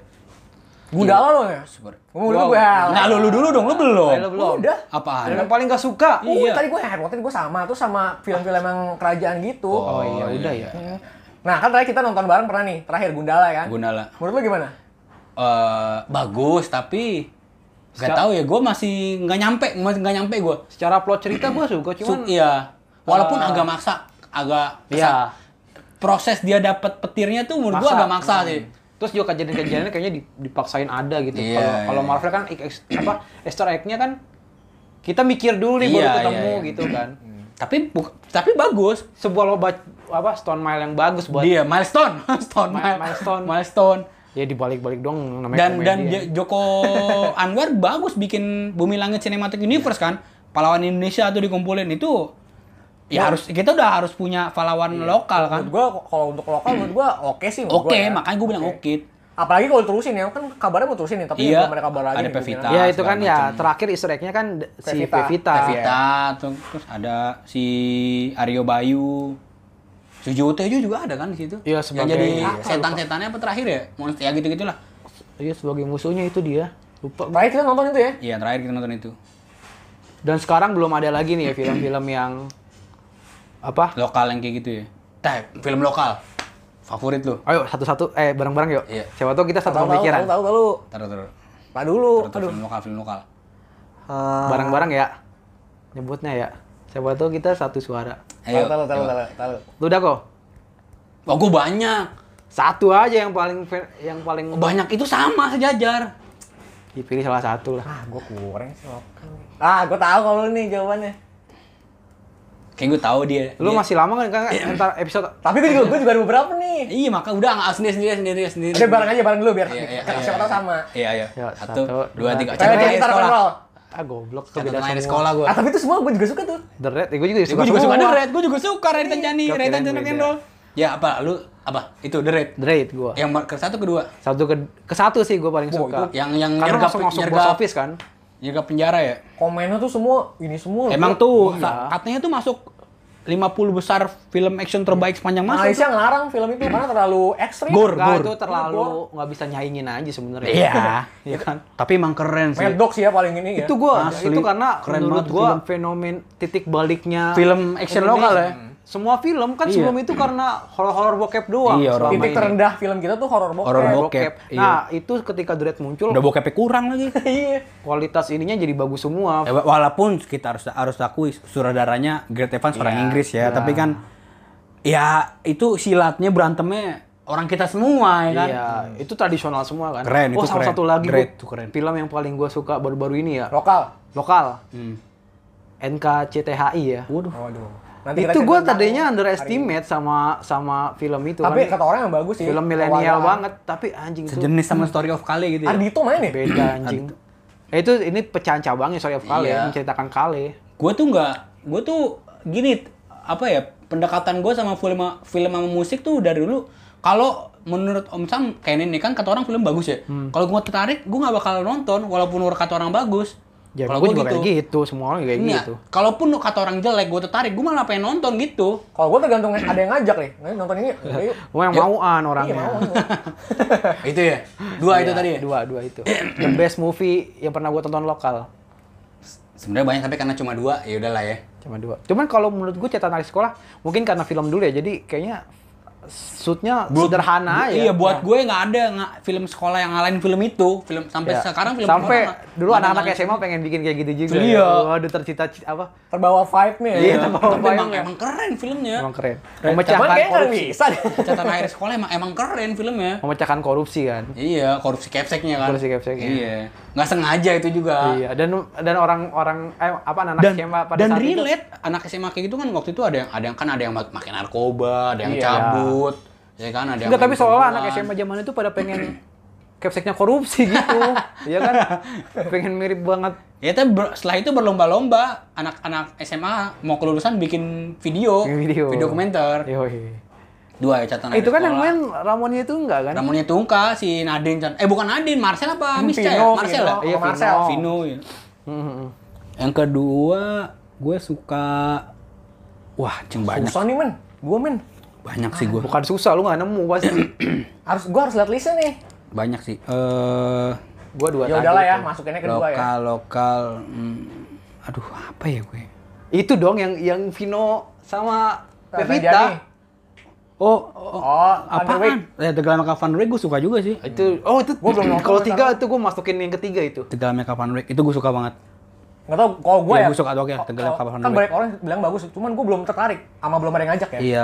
S1: Gundala lo ya?
S3: Super.
S1: Mau lu
S2: Wow.
S1: gue hal.
S3: Iya. Nah, lu, lu dulu dong, lu belum.
S2: Lu belum.
S1: Udah.
S3: Apaan?
S2: Yang paling gak suka.
S1: Oh,
S3: Iya.
S1: tadi gue heran, waktu itu gue sama, tuh sama film-film yang kerajaan gitu.
S2: Oh, iya, udah ya.
S1: Hmm. Nah, kan terakhir kita nonton bareng pernah nih, terakhir Gundala kan?
S3: Gundala.
S1: Menurut lu gimana?
S3: Eh, bagus tapi nggak
S2: Secara-
S3: tahu ya gue masih nggak nyampe masih nggak nyampe gue
S2: Secara plot cerita gue suka, cuman
S3: iya walaupun
S2: Eh,
S3: agak maksa agak
S2: Iya.
S3: kesan- proses dia dapat petirnya tuh menurut gue
S2: Maksa. Hmm.
S3: agak maksa sih
S2: terus juga kejadian-kejadiannya kayaknya di- dipaksain ada gitu. Kalau
S3: Iya, iya.
S2: kalau Marvel kan ex- apa Easter egg-nya kan kita mikir dulu nih baru
S3: Iya,
S2: ketemu
S3: iya, iya.
S2: gitu kan.
S3: tapi bu- tapi bagus
S2: Sebuah loba apa stone mile yang bagus buat
S3: dia milestone milestone
S2: Mi-
S3: mile-
S2: milestone.
S3: milestone
S2: ya dibalik-balik dong namanya
S3: dan
S2: komedi
S3: dan
S2: ya.
S3: J- Joko Anwar bagus bikin Bumi Langit Cinematic Universe kan pahlawan Indonesia tuh dikumpulin itu ya harus kita udah harus punya pahlawan
S2: Iya.
S3: lokal kan
S1: Menurut gue kalau untuk lokal menurut gue oke sih. menurut
S3: oke
S1: gua ya.
S3: makanya gue bilang oke
S1: Apalagi kalau terusin ya, kan kabarnya mau terusin nih, tapi
S3: Iya,
S1: belum ada kabar lagi. gitu
S3: ada
S1: nih, gua
S3: Pevita.
S1: bilang.
S2: ya itu
S3: Ah, segala
S2: kan ya
S3: macam.
S2: terakhir Easter egg-nya kan d- si
S1: Pevita.
S2: Pevita.
S3: Pevita, tuh, terus ada si Aryo Bayu. Suju Utejo juga ada kan di situ.
S2: Iya,
S3: Yang
S2: sebagai-
S3: jadi
S2: Iya.
S3: setan-setannya apa terakhir ya? Monster ya gitu-gitulah.
S2: Iya sebagai musuhnya itu dia. Lupa gua.
S1: Terakhir kita nonton itu ya?
S3: Iya, terakhir kita nonton itu.
S2: Dan sekarang belum ada lagi nih ya film-film yang apa?
S3: Lokal yang kayak gitu ya. Tah, film lokal. Favorit lu.
S2: Ayo satu-satu eh bareng-bareng yuk.
S3: Iya.
S2: Siapa tahu kita satu
S1: Tahu tahu
S2: pemikiran.
S1: tahu tahu tahu.
S3: Taruh, taruh.
S1: Pak dulu.
S3: Taruh, taruh,
S1: Aduh. Ah,
S3: film lokal, film lokal. Eh,
S2: barang-barang ya nyebutnya ya siapa tahu kita satu suara
S1: Tahu
S3: Ayo.
S1: tahu tahu
S3: coba.
S1: tahu tahu.
S2: lu udah kok
S3: Oh, gua banyak.
S2: satu aja yang paling fe- yang paling
S3: Banyak itu sama sejajar.
S2: dipilih salah satu lah
S1: Ah, gue kurang sih lokal. Ah, gue tahu kalau lu nih jawabannya.
S3: Kayak gua tahu dia.
S2: lu
S3: Dia-
S2: masih lama kan kan ntar episode
S1: Tapi gue juga gue juga ada beberapa nih.
S3: Iya, maka udah nggak sendiri sendiri sendiri sendiri.
S1: Udah bareng aja bareng dulu biar
S3: Iya, iya,
S1: karena
S3: iya,
S1: siapa tahu
S3: iya.
S1: sama.
S3: Iya, iya.
S2: Yuk,
S3: Satu,
S2: satu,
S3: dua,
S2: dua,
S3: tiga.
S2: tiga.
S1: Cewek kita
S3: Catatan layar
S1: rock and
S3: sekolah.
S1: roll.
S2: ah goblok
S3: Catatan
S2: kebeda
S3: layar
S2: semua
S3: sekolah gua.
S1: Ah, tapi itu semua gue juga suka tuh.
S2: the red eh, gue juga suka
S3: gue juga suka
S2: semua. Iya,
S3: The Raid, gue juga suka Raid Tanjani,
S2: Gua
S3: Raid
S2: kirain
S3: Tanjani Rock and
S2: beda.
S3: Roll. Ya apa, lu apa? Itu The Raid.
S2: the red gue
S3: Yang marker satu kedua,
S2: satu ke, ke satu sih gue paling
S1: Oh,
S2: suka
S1: itu
S3: yang yang
S2: karena langsung masuk box office kan
S3: nyergap penjara ya.
S1: Komennya tuh semua ini semua.
S3: Emang tuh
S2: Iya.
S3: sa- katanya tuh masuk 50 besar film action terbaik sepanjang masa.
S1: Malaysia ngelarang film itu karena terlalu ekstrim.
S3: Gore,
S2: Nggak,
S3: gore.
S2: itu terlalu nggak bisa nyaingin aja sebenarnya
S3: Iya.
S2: iya kan
S3: Tapi emang keren sih.
S1: Mad Dog sih ya paling ini ya.
S2: itu gua
S3: Asli,
S2: itu karena
S3: keren
S2: menurut
S3: banget
S2: gua
S3: film.
S2: fenomen titik baliknya
S3: Film action lokal ya?
S2: semua film kan
S3: Iya.
S2: sebelum itu karena horor-horor bokep doang
S3: Iya, horor
S2: selama
S1: titik
S2: ini.
S1: terendah film kita tuh Eh, horor bokep.
S3: Horor
S2: Horor
S3: bokep,
S2: bokep
S3: iya.
S2: nah itu ketika Dread muncul
S3: Udah bokepnya kurang lagi.
S1: Iya.
S2: kualitas ininya jadi bagus semua
S3: Ya, wa- walaupun kita harus harus akui sutradaranya Great Evans
S2: Iya,
S3: orang Inggris ya, tapi kan ya itu silatnya berantemnya orang kita semua ya kan.
S2: Iya, itu tradisional semua kan.
S3: Keren,
S2: oh,
S3: itu
S2: sama
S3: keren.
S2: satu lagi
S3: Dread,
S2: gua-
S3: itu keren.
S2: film yang paling gua suka baru-baru ini ya,
S1: Lokal.
S2: lokal.
S3: Hmm.
S2: NKCTHI ya.
S3: Waduh.
S1: Waduh.
S2: itu
S1: kita
S2: gua
S1: cerita
S2: tadinya
S1: tentang
S2: underestimate sama sama film itu
S1: Tapi
S2: kan.
S1: kata orang yang bagus sih.
S2: Film milenial
S1: Awal-awal.
S2: banget, tapi anjing itu
S3: Sejenis sama Story of Kale gitu ya.
S1: Ardito main ya?
S2: beda anjing. Eh, itu ini pecahan cabangnya Story of Kale
S3: Iya.
S2: ya, menceritakan Kale.
S3: gue tuh nggak gue tuh gini t- apa ya pendekatan gue sama film film sama musik tuh dari dulu kalau menurut Om Sam kayak ini kan kata orang film bagus ya
S2: Hmm.
S3: kalau gue tertarik gue nggak bakal nonton walaupun menurut kata orang bagus
S2: Ya,
S3: kalau
S2: gue
S3: gue
S2: juga
S3: gitu,
S2: kayak gitu, semua orang kayak
S3: Iya,
S2: gitu.
S3: kalaupun kata orang jelek gue tertarik gue malah pengen nonton gitu
S1: Kalau gua tergantung ada yang ngajak nih. Nih, nonton ini. Ayo.
S2: Gue yang mauan orangnya.
S1: Iya, mau.
S3: itu ya dua itu
S2: Iya,
S3: tadi ya
S2: Dua, dua itu. The best movie yang pernah gue tonton lokal.
S3: sebenarnya banyak tapi karena cuma dua ya udahlah ya
S2: Cuma dua. Cuman kalau menurut gue catatan dari sekolah, mungkin karena film dulu ya, jadi kayaknya suitnya
S3: Buat-
S2: sederhana ya.
S3: Iya, buat gue nggak ada nggak film sekolah yang ngalahin film itu. Film sampai
S2: Ya.
S3: sekarang film
S2: sampai
S3: horor nggak-
S2: dulu
S3: nggak
S2: anak-anak
S3: ngalahin.
S2: SMA pengen bikin kayak gitu juga.
S3: Iya.
S2: ya. Waduh tercita-cita apa?
S1: Terbawa vibe-nya ya.
S2: Iya, terbawa.
S3: Tapi emang,
S2: Bayang.
S3: emang keren filmnya.
S2: Emang keren.
S1: Cuman
S2: Memecahkan
S3: ya,
S1: kayaknya nggak
S2: korupsi.
S1: bisa. deh.
S3: Catatan akhir sekolah emang emang keren filmnya.
S2: Memecahkan korupsi kan.
S3: Iya, korupsi kepseknya kan.
S2: Korupsi kepseknya.
S3: Iya. Nggak sengaja itu juga.
S2: Iya, dan dan orang-orang eh, apa anak-anak
S3: Dan,
S2: SMA pada
S3: dan ya.
S2: saat itu-
S3: relate anak SMA kayak gitu kan waktu itu ada yang ada yang kan ada yang mak- makin narkoba, ada yang
S2: Iya.
S3: cabut, ya kan ada yang
S2: Enggak, tapi
S3: main
S2: seolah
S3: perempuan.
S2: anak SMA zaman itu pada pengen capseknya korupsi gitu. Iya kan? Pengen mirip banget.
S3: Ya tapi ber- setelah itu berlomba-lomba anak-anak SMA mau kelulusan bikin
S1: Oh,
S3: video,
S2: Bikin video.
S3: dokumenter.
S2: Yoi.
S3: Dua ya catatan
S2: Itu kan yang
S3: main
S2: main Ramonnya itu enggak kan?
S3: Ramonnya Tungka, si Nadine Chan. Eh bukan Nadine, Marcel apa? Misca ya?
S1: Vino,
S3: Marcel
S1: Vino.
S3: ya?
S1: Iya, Marcel.
S3: Vino. ya.
S2: Mm-mm.
S3: Yang kedua, gue suka Wah, ceng banyak.
S1: Susah nih men. Gue men.
S3: Banyak sih gue.
S2: Ah, Bukan susah lu nggak nemu pasti.
S1: Harus gue harus lihat listnya nih.
S3: Banyak sih. Eh
S2: Gua dua
S1: Ya
S2: tadi
S1: udahlah ya,
S2: itu.
S1: masukinnya kedua ya.
S3: lokal lokal hmm, aduh apa ya gue?
S2: Itu dong yang yang Vino sama
S1: Tata Jani.
S2: Pevita.
S3: Oh, oh,
S1: Oh, Underway.
S3: apaan? Eh, The Glamaka Van Rake gue suka juga sih.
S2: Itu oh itu
S1: Gua belum nonton
S2: Kalau
S1: itu.
S2: tiga itu gua masukin yang ketiga itu.
S3: The Glamaka Van Rake itu gue suka banget.
S1: Nggak tau, kalau gue
S3: Iya,
S1: ya,
S3: gua suka doang ya,
S1: kalau-
S3: Tenggelam Kapal
S1: Kan
S3: Honolulu.
S1: banyak orang bilang bagus, cuman gue belum tertarik. Sama belum ada yang ngajak ya.
S3: Iya,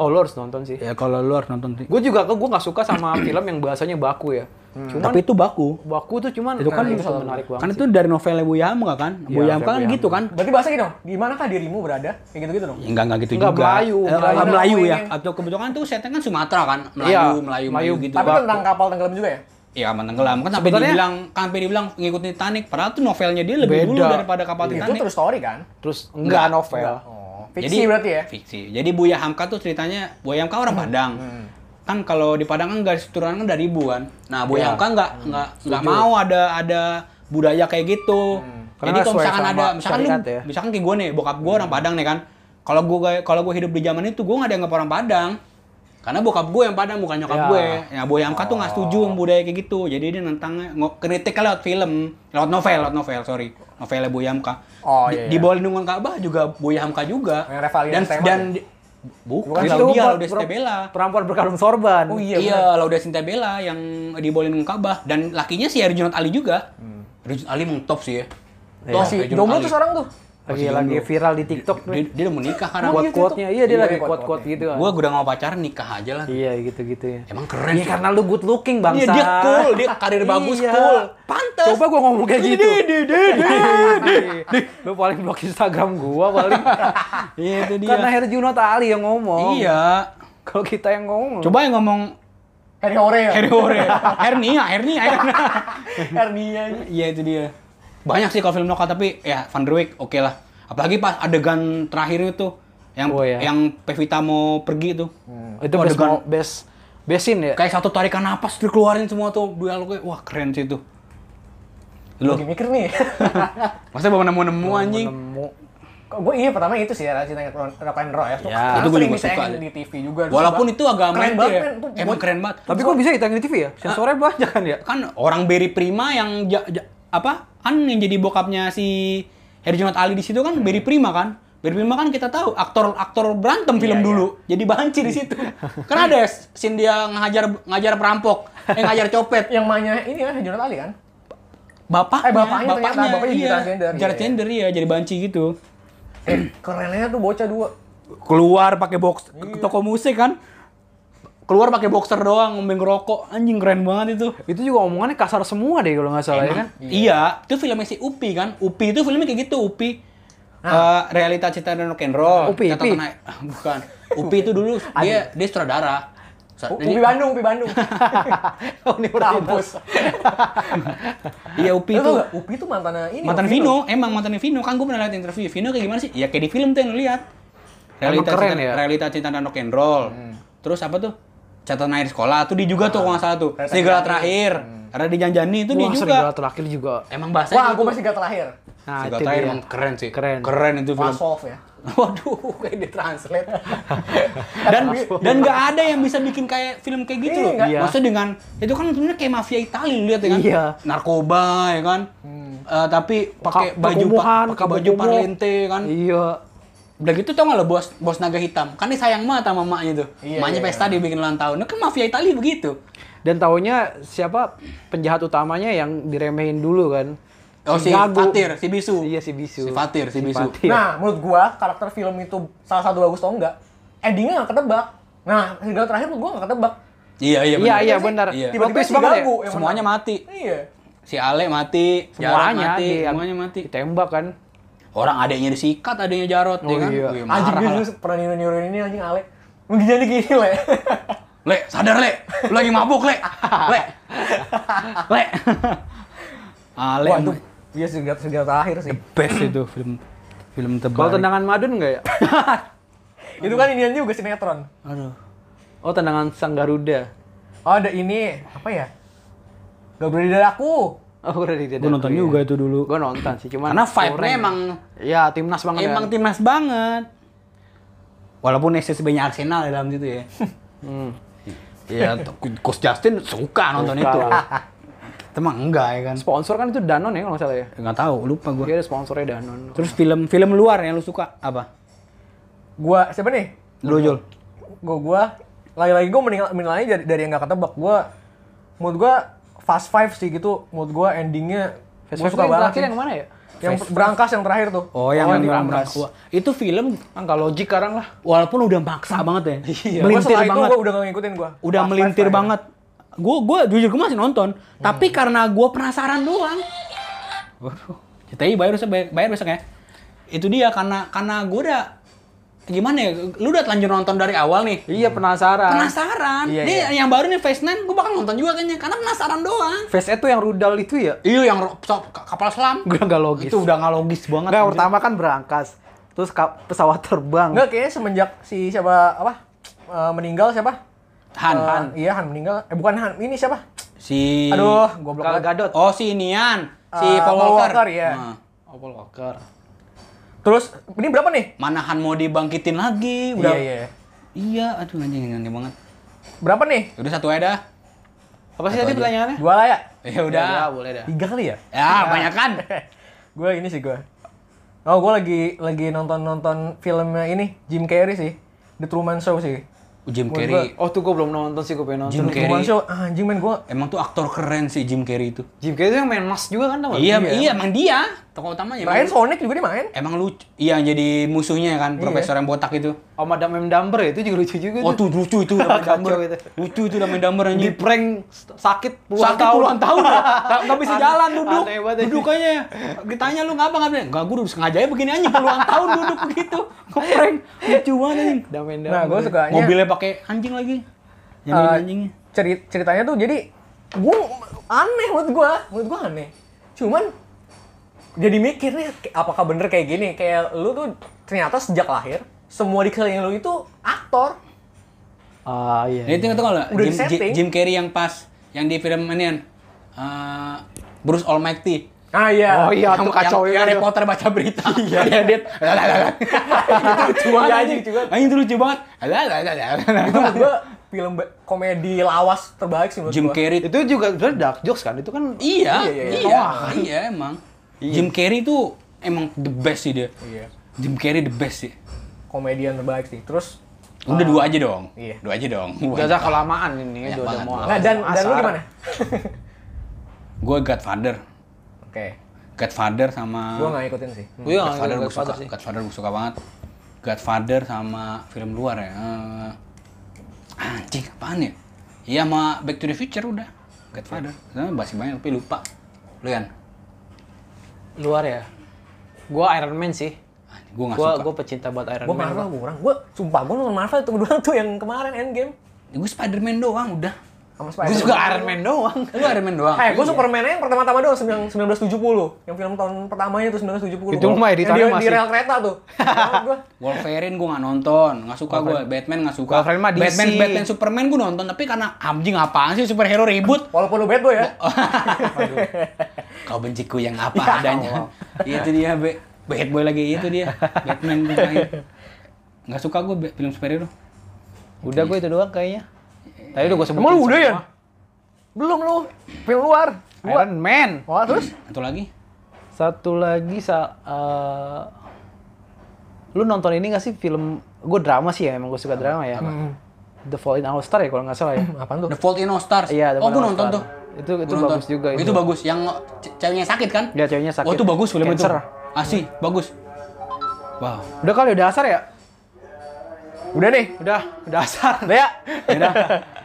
S2: Oh lu harus nonton sih.
S3: ya kalau lu harus nonton sih.
S2: Gue juga gue nggak suka sama film yang bahasanya baku ya.
S1: Hmm.
S2: Cuman
S3: Tapi itu baku.
S2: baku tuh cuman
S3: Itu kan-
S2: nah, itu menarik banget.
S3: Kan
S2: sih.
S3: itu dari novelnya Bu Yamka kan? Bu
S2: Iya,
S3: Yamka kan
S2: novel Bu
S3: gitu kan?
S1: Berarti bahasa gini dong, di manakah dirimu berada? Kayak gitu-gitu dong.
S3: Ya, enggak enggak gitu
S2: Enggak,
S3: juga.
S2: Melayu, Melayu.
S3: Eh, enggak, Melayu ya.
S1: Melayu.
S3: Atau kebetulan tuh setnya kan Sumatera kan, Melayu,
S2: Iya,
S3: Melayu, Melayu,
S2: Melayu. kan
S3: gitu.
S1: Tapi
S2: Baku.
S1: tentang kapal tenggelam juga ya?
S3: Iya, kapal tenggelam. Kan sampai
S2: Sebenarnya-
S3: dibilang kan sampai dibilang ngikutin Titanic, padahal tuh novelnya dia lebih dulu
S2: Beda. Iya.
S3: daripada kapal
S1: Itu
S3: Titanic.
S1: terus story kan?
S2: Terus enggak novel.
S1: Oh, fiksi berarti ya? Hmm.
S3: Fiksi. Jadi Buya Hamka tuh ceritanya Buya Hamka orang Padang. Kan kalau di Padang kan garis keturunan kan dari Ibu kan. Nah, Buya
S2: Iya.
S3: Hamka nggak
S1: Hmm.
S3: nggak nggak mau ada ada budaya kayak gitu.
S1: Hmm.
S2: Karena
S3: Jadi kalau
S2: sesuai
S3: misalkan
S2: sama
S3: ada misalkan lu
S2: syariat ya.
S3: misalkan kayak gue nih, bokap gue
S1: Hmm.
S3: orang Padang nih kan. Kalau gue kalau gue hidup di zaman itu gue nggak dianggap orang Padang. Karena bokap gue yang Padang bukan nyokap
S1: Iya.
S2: Ya.
S3: gue. Ya Buya Hamka tuh nggak
S1: Oh.
S3: setuju sama budaya kayak gitu. Jadi dia nentangnya ngo- kritiknya lewat film, lewat novel, lewat novel, sorry. Novelnya Buya Hamka.
S1: Oh,
S3: Di-
S1: iya,
S3: Di
S1: iya.
S3: bawah lindungan Ka'bah juga Buya Hamka juga
S1: Yang Revalina
S3: dan
S1: Stemat
S3: dan
S1: ya?
S3: di- bukan
S1: Bukan,
S2: Itu
S3: Laudia
S2: per-
S3: Laudia
S2: per-
S3: Sintabela.
S2: Perempuan berkarung sorban.
S1: Oh iya,
S3: Iya, Laudia Sintabela yang dibolin Ka'bah dan lakinya si Herjunot Ali juga. Herjunot Ali emang top sih ya.
S2: Iya.
S3: Top,
S1: Si
S3: Herjunot
S1: jomblo
S3: Ali.
S1: tuh sekarang tuh.
S2: Lagi
S3: Masih
S2: lagi
S3: jomblo.
S2: viral di TikTok
S3: Dia,
S2: nih.
S3: dia udah menikah karena
S1: Oh,
S2: Quote quote-nya iya dia
S1: Iya,
S2: lagi
S1: iya,
S2: quote quote
S1: quote-quote-nya.
S2: gitu kan.
S3: gue udah mau pacaran nikah aja lah.
S2: Iya gitu-gitu ya.
S3: Emang keren.
S2: Iya
S3: sih.
S2: karena lu good looking bangsa. Iya.
S3: Iya, dia cool, dia karir bagus, cool. Pantes.
S2: Coba gua ngomong kayak gitu. Lu paling blok Instagram gua paling.
S3: Iya itu dia.
S2: Karena Herjunot Ali yang ngomong.
S3: Iya.
S2: Kalau kita yang ngomong.
S3: Coba yang ngomong
S1: Harry Hore ya?
S3: Herniore. Hernia, hernia.
S1: Hernia.
S3: Iya itu dia. Banyak sih kalau film Noka tapi ya Van Der Wijk oke lah. Apalagi pas adegan terakhir itu yang
S2: Oh, iya. Hmm.
S3: yang Pevita mau pergi itu.
S2: Itu
S3: Wah,
S2: best
S3: adegan.
S2: mo- best besin ya.
S3: Oh, Kayak satu tarikan napas dikeluarin semua tuh dialognya. Wah, keren sih itu. Loh,
S1: Lagi mikir nih.
S3: masa belum nemu-nemu anjing?
S2: Nemu.
S1: gue iya pertama itu sih ya cinta rock and roll ya.
S2: Ya,
S1: Karena
S3: Iya. itu gua
S1: sering
S3: juga suka
S1: ditayangin
S3: deh.
S1: di TV juga. Terus
S3: Walaupun
S1: juga-
S3: itu agak
S1: keren
S3: main
S1: banget,
S3: ya.
S1: men. Tuh,
S3: Emang
S1: buat-
S3: keren banget.
S2: Tapi kok bisa ditayangin di TV ya? Sensornya banyak kan ya?
S3: kan orang Berry Prima yang ja- ja- apa? Kan yang jadi bokapnya si Herjunot Ali di situ kan
S1: Hmm.
S3: Berry Prima kan? Berry Prima kan kita tahu aktor aktor berantem
S1: Iya,
S3: film dulu. Jadi banci di situ. Karena ada scene dia ngajar ngajar perampok, eh ngajar copet.
S1: yang mainnya ini kan Jonathan Ali kan?
S3: Bapaknya,
S1: Eh, bapaknya ternyata, bapaknya jadi
S3: iya,
S1: transgender, iya,
S3: Jadi
S1: iya.
S3: transgender iya, jadi banci gitu.
S1: Eh, kerennya tuh bocah dua.
S3: Keluar pakai box ke toko musik kan. Keluar pakai boxer doang, ngomong rokok. Anjing keren banget itu.
S2: Itu juga omongannya kasar semua deh kalau nggak salah ya kan?
S3: Iya, itu filmnya si Upi kan. Upi itu filmnya kayak gitu, Upi. Eh, realita cinta dan rock and roll.
S2: Upi,
S3: Catatan
S2: Upi.
S3: air- Ah, bukan. Upi itu dulu dia dia sutradara. Sa-
S1: U-
S3: jadi-
S1: Upi Bandung, Upi Bandung.
S3: Oh,
S1: Kampus.
S3: Iya, Upi
S1: Lu
S3: itu
S1: tau gak? Upi itu mantannya
S2: Iya,
S1: ini.
S3: mantan
S1: Vino.
S3: Vino, emang mantan Vino. Kan gue pernah lihat interview Vino kayak gimana sih? Ya kayak di film tuh yang lu lihat.
S2: Emang
S3: Realita
S2: keren
S3: cinta,
S2: ya? Hmm.
S3: realita cinta dan rock and roll. Terus apa tuh? Catatan air sekolah tuh dia juga tuh kalau nggak salah tuh. Serigala terakhir. Karena di Janjani itu
S2: Hmm.
S3: dia
S2: Wah,
S3: juga.
S2: serigala terakhir juga.
S3: Emang bahasanya
S1: Wah,
S3: gitu.
S1: gue masih gak terakhir.
S2: Nah,
S3: Serigala
S2: itu
S3: terakhir
S2: dia.
S3: emang keren sih.
S2: Keren.
S3: Keren itu film.
S1: Pas off ya.
S3: Waduh, kayak di translate. dan
S1: Dan
S3: dan nggak ada yang bisa bikin kayak film kayak gitu
S1: Iya,
S3: loh.
S1: nggak.
S3: Iya. Maksudnya dengan itu kan sebenarnya kayak mafia Italia lu lihat ya kan.
S2: Iya.
S3: Narkoba ya
S1: Hmm.
S3: kan. Eh, tapi pakai
S2: Ka-
S3: baju pa-
S2: kekumuhan,
S3: pakai baju
S2: kekumuh.
S3: parlente kan.
S2: Iya.
S3: Udah gitu tau gak lo bos, bos naga hitam? Kan dia sayang banget sama maknya tuh.
S1: Iya,
S3: maknya
S1: iya.
S3: pesta dia bikin ulang tahun. Nah, kan mafia Italia begitu.
S2: Dan taunya siapa penjahat utamanya yang diremehin dulu kan?
S3: Oh si,
S2: Gago.
S3: Fatir, si Bisu.
S2: Iya si Bisu.
S3: Si Fatir, si Bisu.
S2: Fatir.
S1: Nah, menurut gua karakter film itu salah satu bagus atau enggak, endingnya nggak ketebak. Nah, serial terakhir menurut gua nggak ketebak.
S3: Iya, iya
S2: Iya iya
S1: sih?
S2: benar.
S3: Iya.
S2: Plot
S1: Tiba-tiba
S2: twist
S1: si
S2: banget ya?
S1: Gago. yang
S3: Semuanya
S1: menang.
S3: mati.
S1: Iya.
S3: Si Ale mati, Jarot
S2: Semuanya iya.
S3: mati,
S2: dia-
S3: semuanya mati.
S2: Ditembak kan?
S3: Orang adeknya disikat, adeknya Jarot, ya
S2: Oh,
S3: kan?
S2: iya.
S3: Wih,
S1: Anjing
S3: marah
S1: dia
S3: lah.
S1: dulu pernah nyuruh-nyuruhin ini anjing Ale. Mungkin jadi gini le.
S3: Le, sadar le, lu lagi mabuk le, le, le. Ale,
S1: Wah, itu dia serial serial terakhir sih.
S3: Ah, best itu film film
S2: Kalau
S3: tebal.
S2: tendangan madun nggak ya?
S1: Itu kan inian juga sinetron.
S3: Aduh.
S2: Oh tendangan sang Garuda.
S1: Oh, ada ini apa ya? Gak berdiri dari aku.
S2: Oh udah di
S3: Gue nonton juga itu dulu.
S2: Gue nonton sih cuman.
S3: Karena vibe-nya
S2: kurang.
S3: emang
S2: Ya timnas banget.
S3: emang
S2: kan?
S3: timnas banget. Walaupun SSB-nya Arsenal di dalam situ ya.
S2: Hmm.
S3: Iya, tuh, Coach Justin suka nonton
S2: Suka.
S3: itu. Teman enggak ya kan?
S2: Sponsor kan itu Danone ya kalau nggak salah ya.
S3: Enggak tahu, lupa gue.
S2: Dia ada sponsornya Danone.
S3: Terus film film luar yang lu suka apa?
S1: Gua siapa nih?
S3: Lu Jul.
S1: Gua gua lagi-lagi gua menilai menilainya dari, dari yang gak ketebak. Gua menurut gua Fast Five sih gitu. Menurut gua endingnya
S2: Fast
S1: gua
S2: Five
S1: suka
S2: yang
S1: banget.
S2: terakhir
S1: sih.
S2: yang mana ya?
S1: Yang berangkas yang terakhir tuh.
S3: Oh, yang
S2: Oh,
S3: nanti
S2: yang
S3: orang
S2: Berantas.
S3: berdua. Itu film
S2: Angka logik sekarang lah.
S3: walaupun udah maksa banget ya.
S1: Gua
S3: Melintir
S1: setelah itu
S3: banget.
S1: gua udah gak ngikutin gua.
S3: udah
S1: Fast
S3: melintir
S1: Five
S3: banget. Gue gue jujur gue masih nonton, tapi karena gue penasaran doang. Waduh. CTI bayar besok bayar, bayar besok ya. Itu dia karena karena gue udah gimana ya? Lu udah telanjur nonton dari awal nih.
S2: Iya penasaran.
S3: Penasaran.
S2: Iya,
S3: Dia yang baru nih Face 9 gue bakal nonton juga kayaknya karena penasaran doang.
S2: Face itu yang rudal itu ya.
S3: Iya yang ro- so- ka- kapal selam.
S2: Gue nggak logis.
S3: Itu udah nggak logis banget.
S2: Nggak, yang
S3: anjir.
S2: pertama kan berangkas. Terus ka- pesawat terbang.
S1: Enggak, kayaknya semenjak si siapa apa eh, meninggal siapa?
S3: Han,
S1: Eh,
S3: Han.
S1: Iya Han meninggal. Eh bukan Han, ini siapa?
S3: Si
S1: Aduh, goblok
S2: Gal
S1: banget.
S2: Gadot.
S3: Oh si Nian, si
S1: Eh, Paul
S3: Paul Walker.
S1: Walker, iya.
S3: Nah,
S2: Oh, Paul Walker.
S1: Terus ini berapa nih?
S3: mana Han mau dibangkitin lagi?
S1: Iya,
S3: Udah.
S1: iya.
S3: Iya, aduh anjing anjing banget.
S1: Berapa nih?
S3: Udah satu aja dah.
S2: Apa sih tadi pertanyaannya?
S1: Dua lah ya?
S3: Ya udah.
S2: Ya, boleh dah.
S1: Tiga kali ya?
S3: Ya, banyak kan.
S1: gue ini sih gue. Oh, gue lagi lagi nonton-nonton filmnya ini Jim Carrey sih. The Truman Show sih.
S3: Jim
S1: Buat
S3: Carrey.
S2: Oh tuh gue belum nonton sih gue pengen nonton.
S3: Jim
S1: The Truman
S3: Carrey.
S1: Show Ah, anjing men gue
S3: Emang tuh aktor keren sih Jim Carrey itu.
S2: Jim Carrey itu yang main Mas juga kan tau
S3: Iya, iya emang dia tokoh utamanya.
S1: Ryan
S3: Emang,
S1: Sonic juga dia main.
S3: emang lucu. Iya, yang jadi musuhnya kan, profesor yang botak itu.
S2: Oh Madame M. Dumber ya, itu juga lucu juga
S3: Oh tuh lucu itu Damai
S2: Kacau
S3: Dumber.
S2: itu.
S3: Lucu itu Damai Dumber
S2: Di
S3: anjing.
S2: prank s- sakit puluhan
S3: Sakit
S2: tahun.
S3: puluhan tahun ya. Nggak- nggak bisa
S2: Aneh-
S3: jalan duduk.
S2: aneh banget,
S3: Duduk aja. Ditanya lu ngapa nggak bisa? Enggak, gue udah sengaja aja begini aja puluhan tahun duduk begitu. Ngeprank. Lucu banget anjing.
S2: Madame M. Dumber.
S1: Nah, gue sukanya
S3: Mobilnya pakai anjing lagi. Yang
S1: Eh,
S3: anjingnya.
S1: ceri- ceritanya tuh jadi gue aneh menurut gue menurut gue aneh cuman jadi mikir nih ke- apakah bener kayak gini kayak lu tuh ternyata sejak lahir semua di sekeliling lu itu aktor
S2: Ah iya.
S3: Ya, itu nggak tahu nggak?
S1: Udah
S3: Jim,
S1: di-setting.
S3: Jim- Jim Carrey yang pas yang di film ini kan eh, Bruce Almighty.
S1: ah iya
S2: Oh, iya.
S3: yang,
S2: tuh kacau
S3: yang, yang
S2: itu.
S3: reporter baca berita. Iya, dia. lalalalan. Itu lucu banget.
S1: Iya,
S3: anjing.
S1: lucu banget.
S3: Anjing itu lucu banget. Lalalalan.
S1: itu menurut gue film ba- komedi lawas terbaik sih menurut
S3: Jim
S1: gue
S3: Carrey.
S2: Itu juga sebenarnya dark jokes kan, itu kan
S3: Iya,
S1: iya,
S3: iya,
S1: iya.
S3: iya, emang. Jim Carrey tuh emang the best sih dia.
S1: iya
S3: Jim Carrey the best sih.
S1: komedian terbaik sih terus
S3: Udah dua aja dong.
S1: Iya.
S3: Dua aja dong.
S2: udah udah kelamaan ini ya,
S3: Banyak
S2: udah udah
S3: banget.
S2: mau.
S1: nah, dan dan lu
S2: Ah, asar.
S1: gimana
S3: Gue Godfather.
S1: oke
S3: Godfather sama
S1: gue nggak ikutin sih
S2: Gue yang
S3: Godfather gue suka,
S2: Godfather sih.
S3: Godfather gue suka banget. Godfather sama film luar ya. Eh, anjing apaan ya? Iya sama Back to the Future udah. Godfather. Sama masih banyak tapi lupa. Lu Yan?
S2: Luar ya. Gua Iron Man sih.
S3: Anjing, gue gak
S2: Gua
S3: suka.
S2: gua pecinta buat Iron
S1: gue
S2: Man.
S1: Marvel kurang gue sumpah gue nonton Marvel itu doang tuh yang kemarin Endgame
S3: Gue Spider-Man doang udah.
S1: sama
S2: Gue
S1: Spider-Man
S2: suka Iron Man doang.
S3: Lu Iron Man doang.
S2: Ah.
S1: Eh,
S2: Iya.
S1: gue Superman yang pertama-tama doang, 19- 1970. Yang film tahun pertamanya tuh 1970.
S2: Itu mah
S1: Yang
S2: editannya
S1: di- Di
S2: masih-
S1: rel kereta tuh. Banget gua.
S3: Wolverine gue gak nonton, gak suka gue. Batman gak suka.
S2: Wolverine mah DC.
S3: Batman, Batman, Superman gue nonton. Tapi karena anjing apaan sih superhero ribut.
S1: Walaupun lu bad boy ya.
S2: Oh,
S3: Kau benciku yang apa
S1: Ya
S3: adanya. itu dia, be bad boy lagi itu dia. Batman gue main. Nggak suka gue be- film superhero.
S2: Udah gue itu doang kayaknya. Tadi udah gue sebutin.
S1: Emang lu udah ya?
S2: semua.
S1: Belum lu. Film luar. Luar.
S2: Iron Man.
S1: Oh, terus?
S3: Satu lagi,
S2: Satu lagi sa eh, Lu nonton ini nggak sih film? Gue drama sih ya, emang gue suka drama ya. The Fall in Our Star ya kalau nggak salah ya.
S1: Apaan tuh?
S3: The Fault in Our Stars.
S2: Iya, The
S3: oh,
S2: Fault in
S3: gue
S2: Our
S3: nonton
S2: Stars.
S3: tuh.
S2: Itu- itu
S3: Gua nonton.
S2: bagus juga
S3: Itu,
S2: itu.
S3: bagus. Yang ce- ceweknya sakit kan?
S2: Ya ceweknya sakit.
S3: Oh, itu bagus film
S2: Cancer.
S3: itu. Asih, bagus. Wow.
S2: Udah kali udah asar ya?
S1: Udah nih.
S2: Udah, udah asar.
S1: Udah ya.
S3: Yaudah.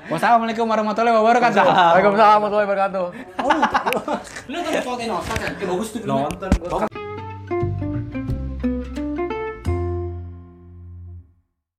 S3: Wassalamualaikum warahmatullahi wabarakatuh.
S1: Waalaikumsalam warahmatullahi wabarakatuh.
S3: Lu nonton Fault in Our Stars kan? Eh, bagus tuh filmnya. Bagus.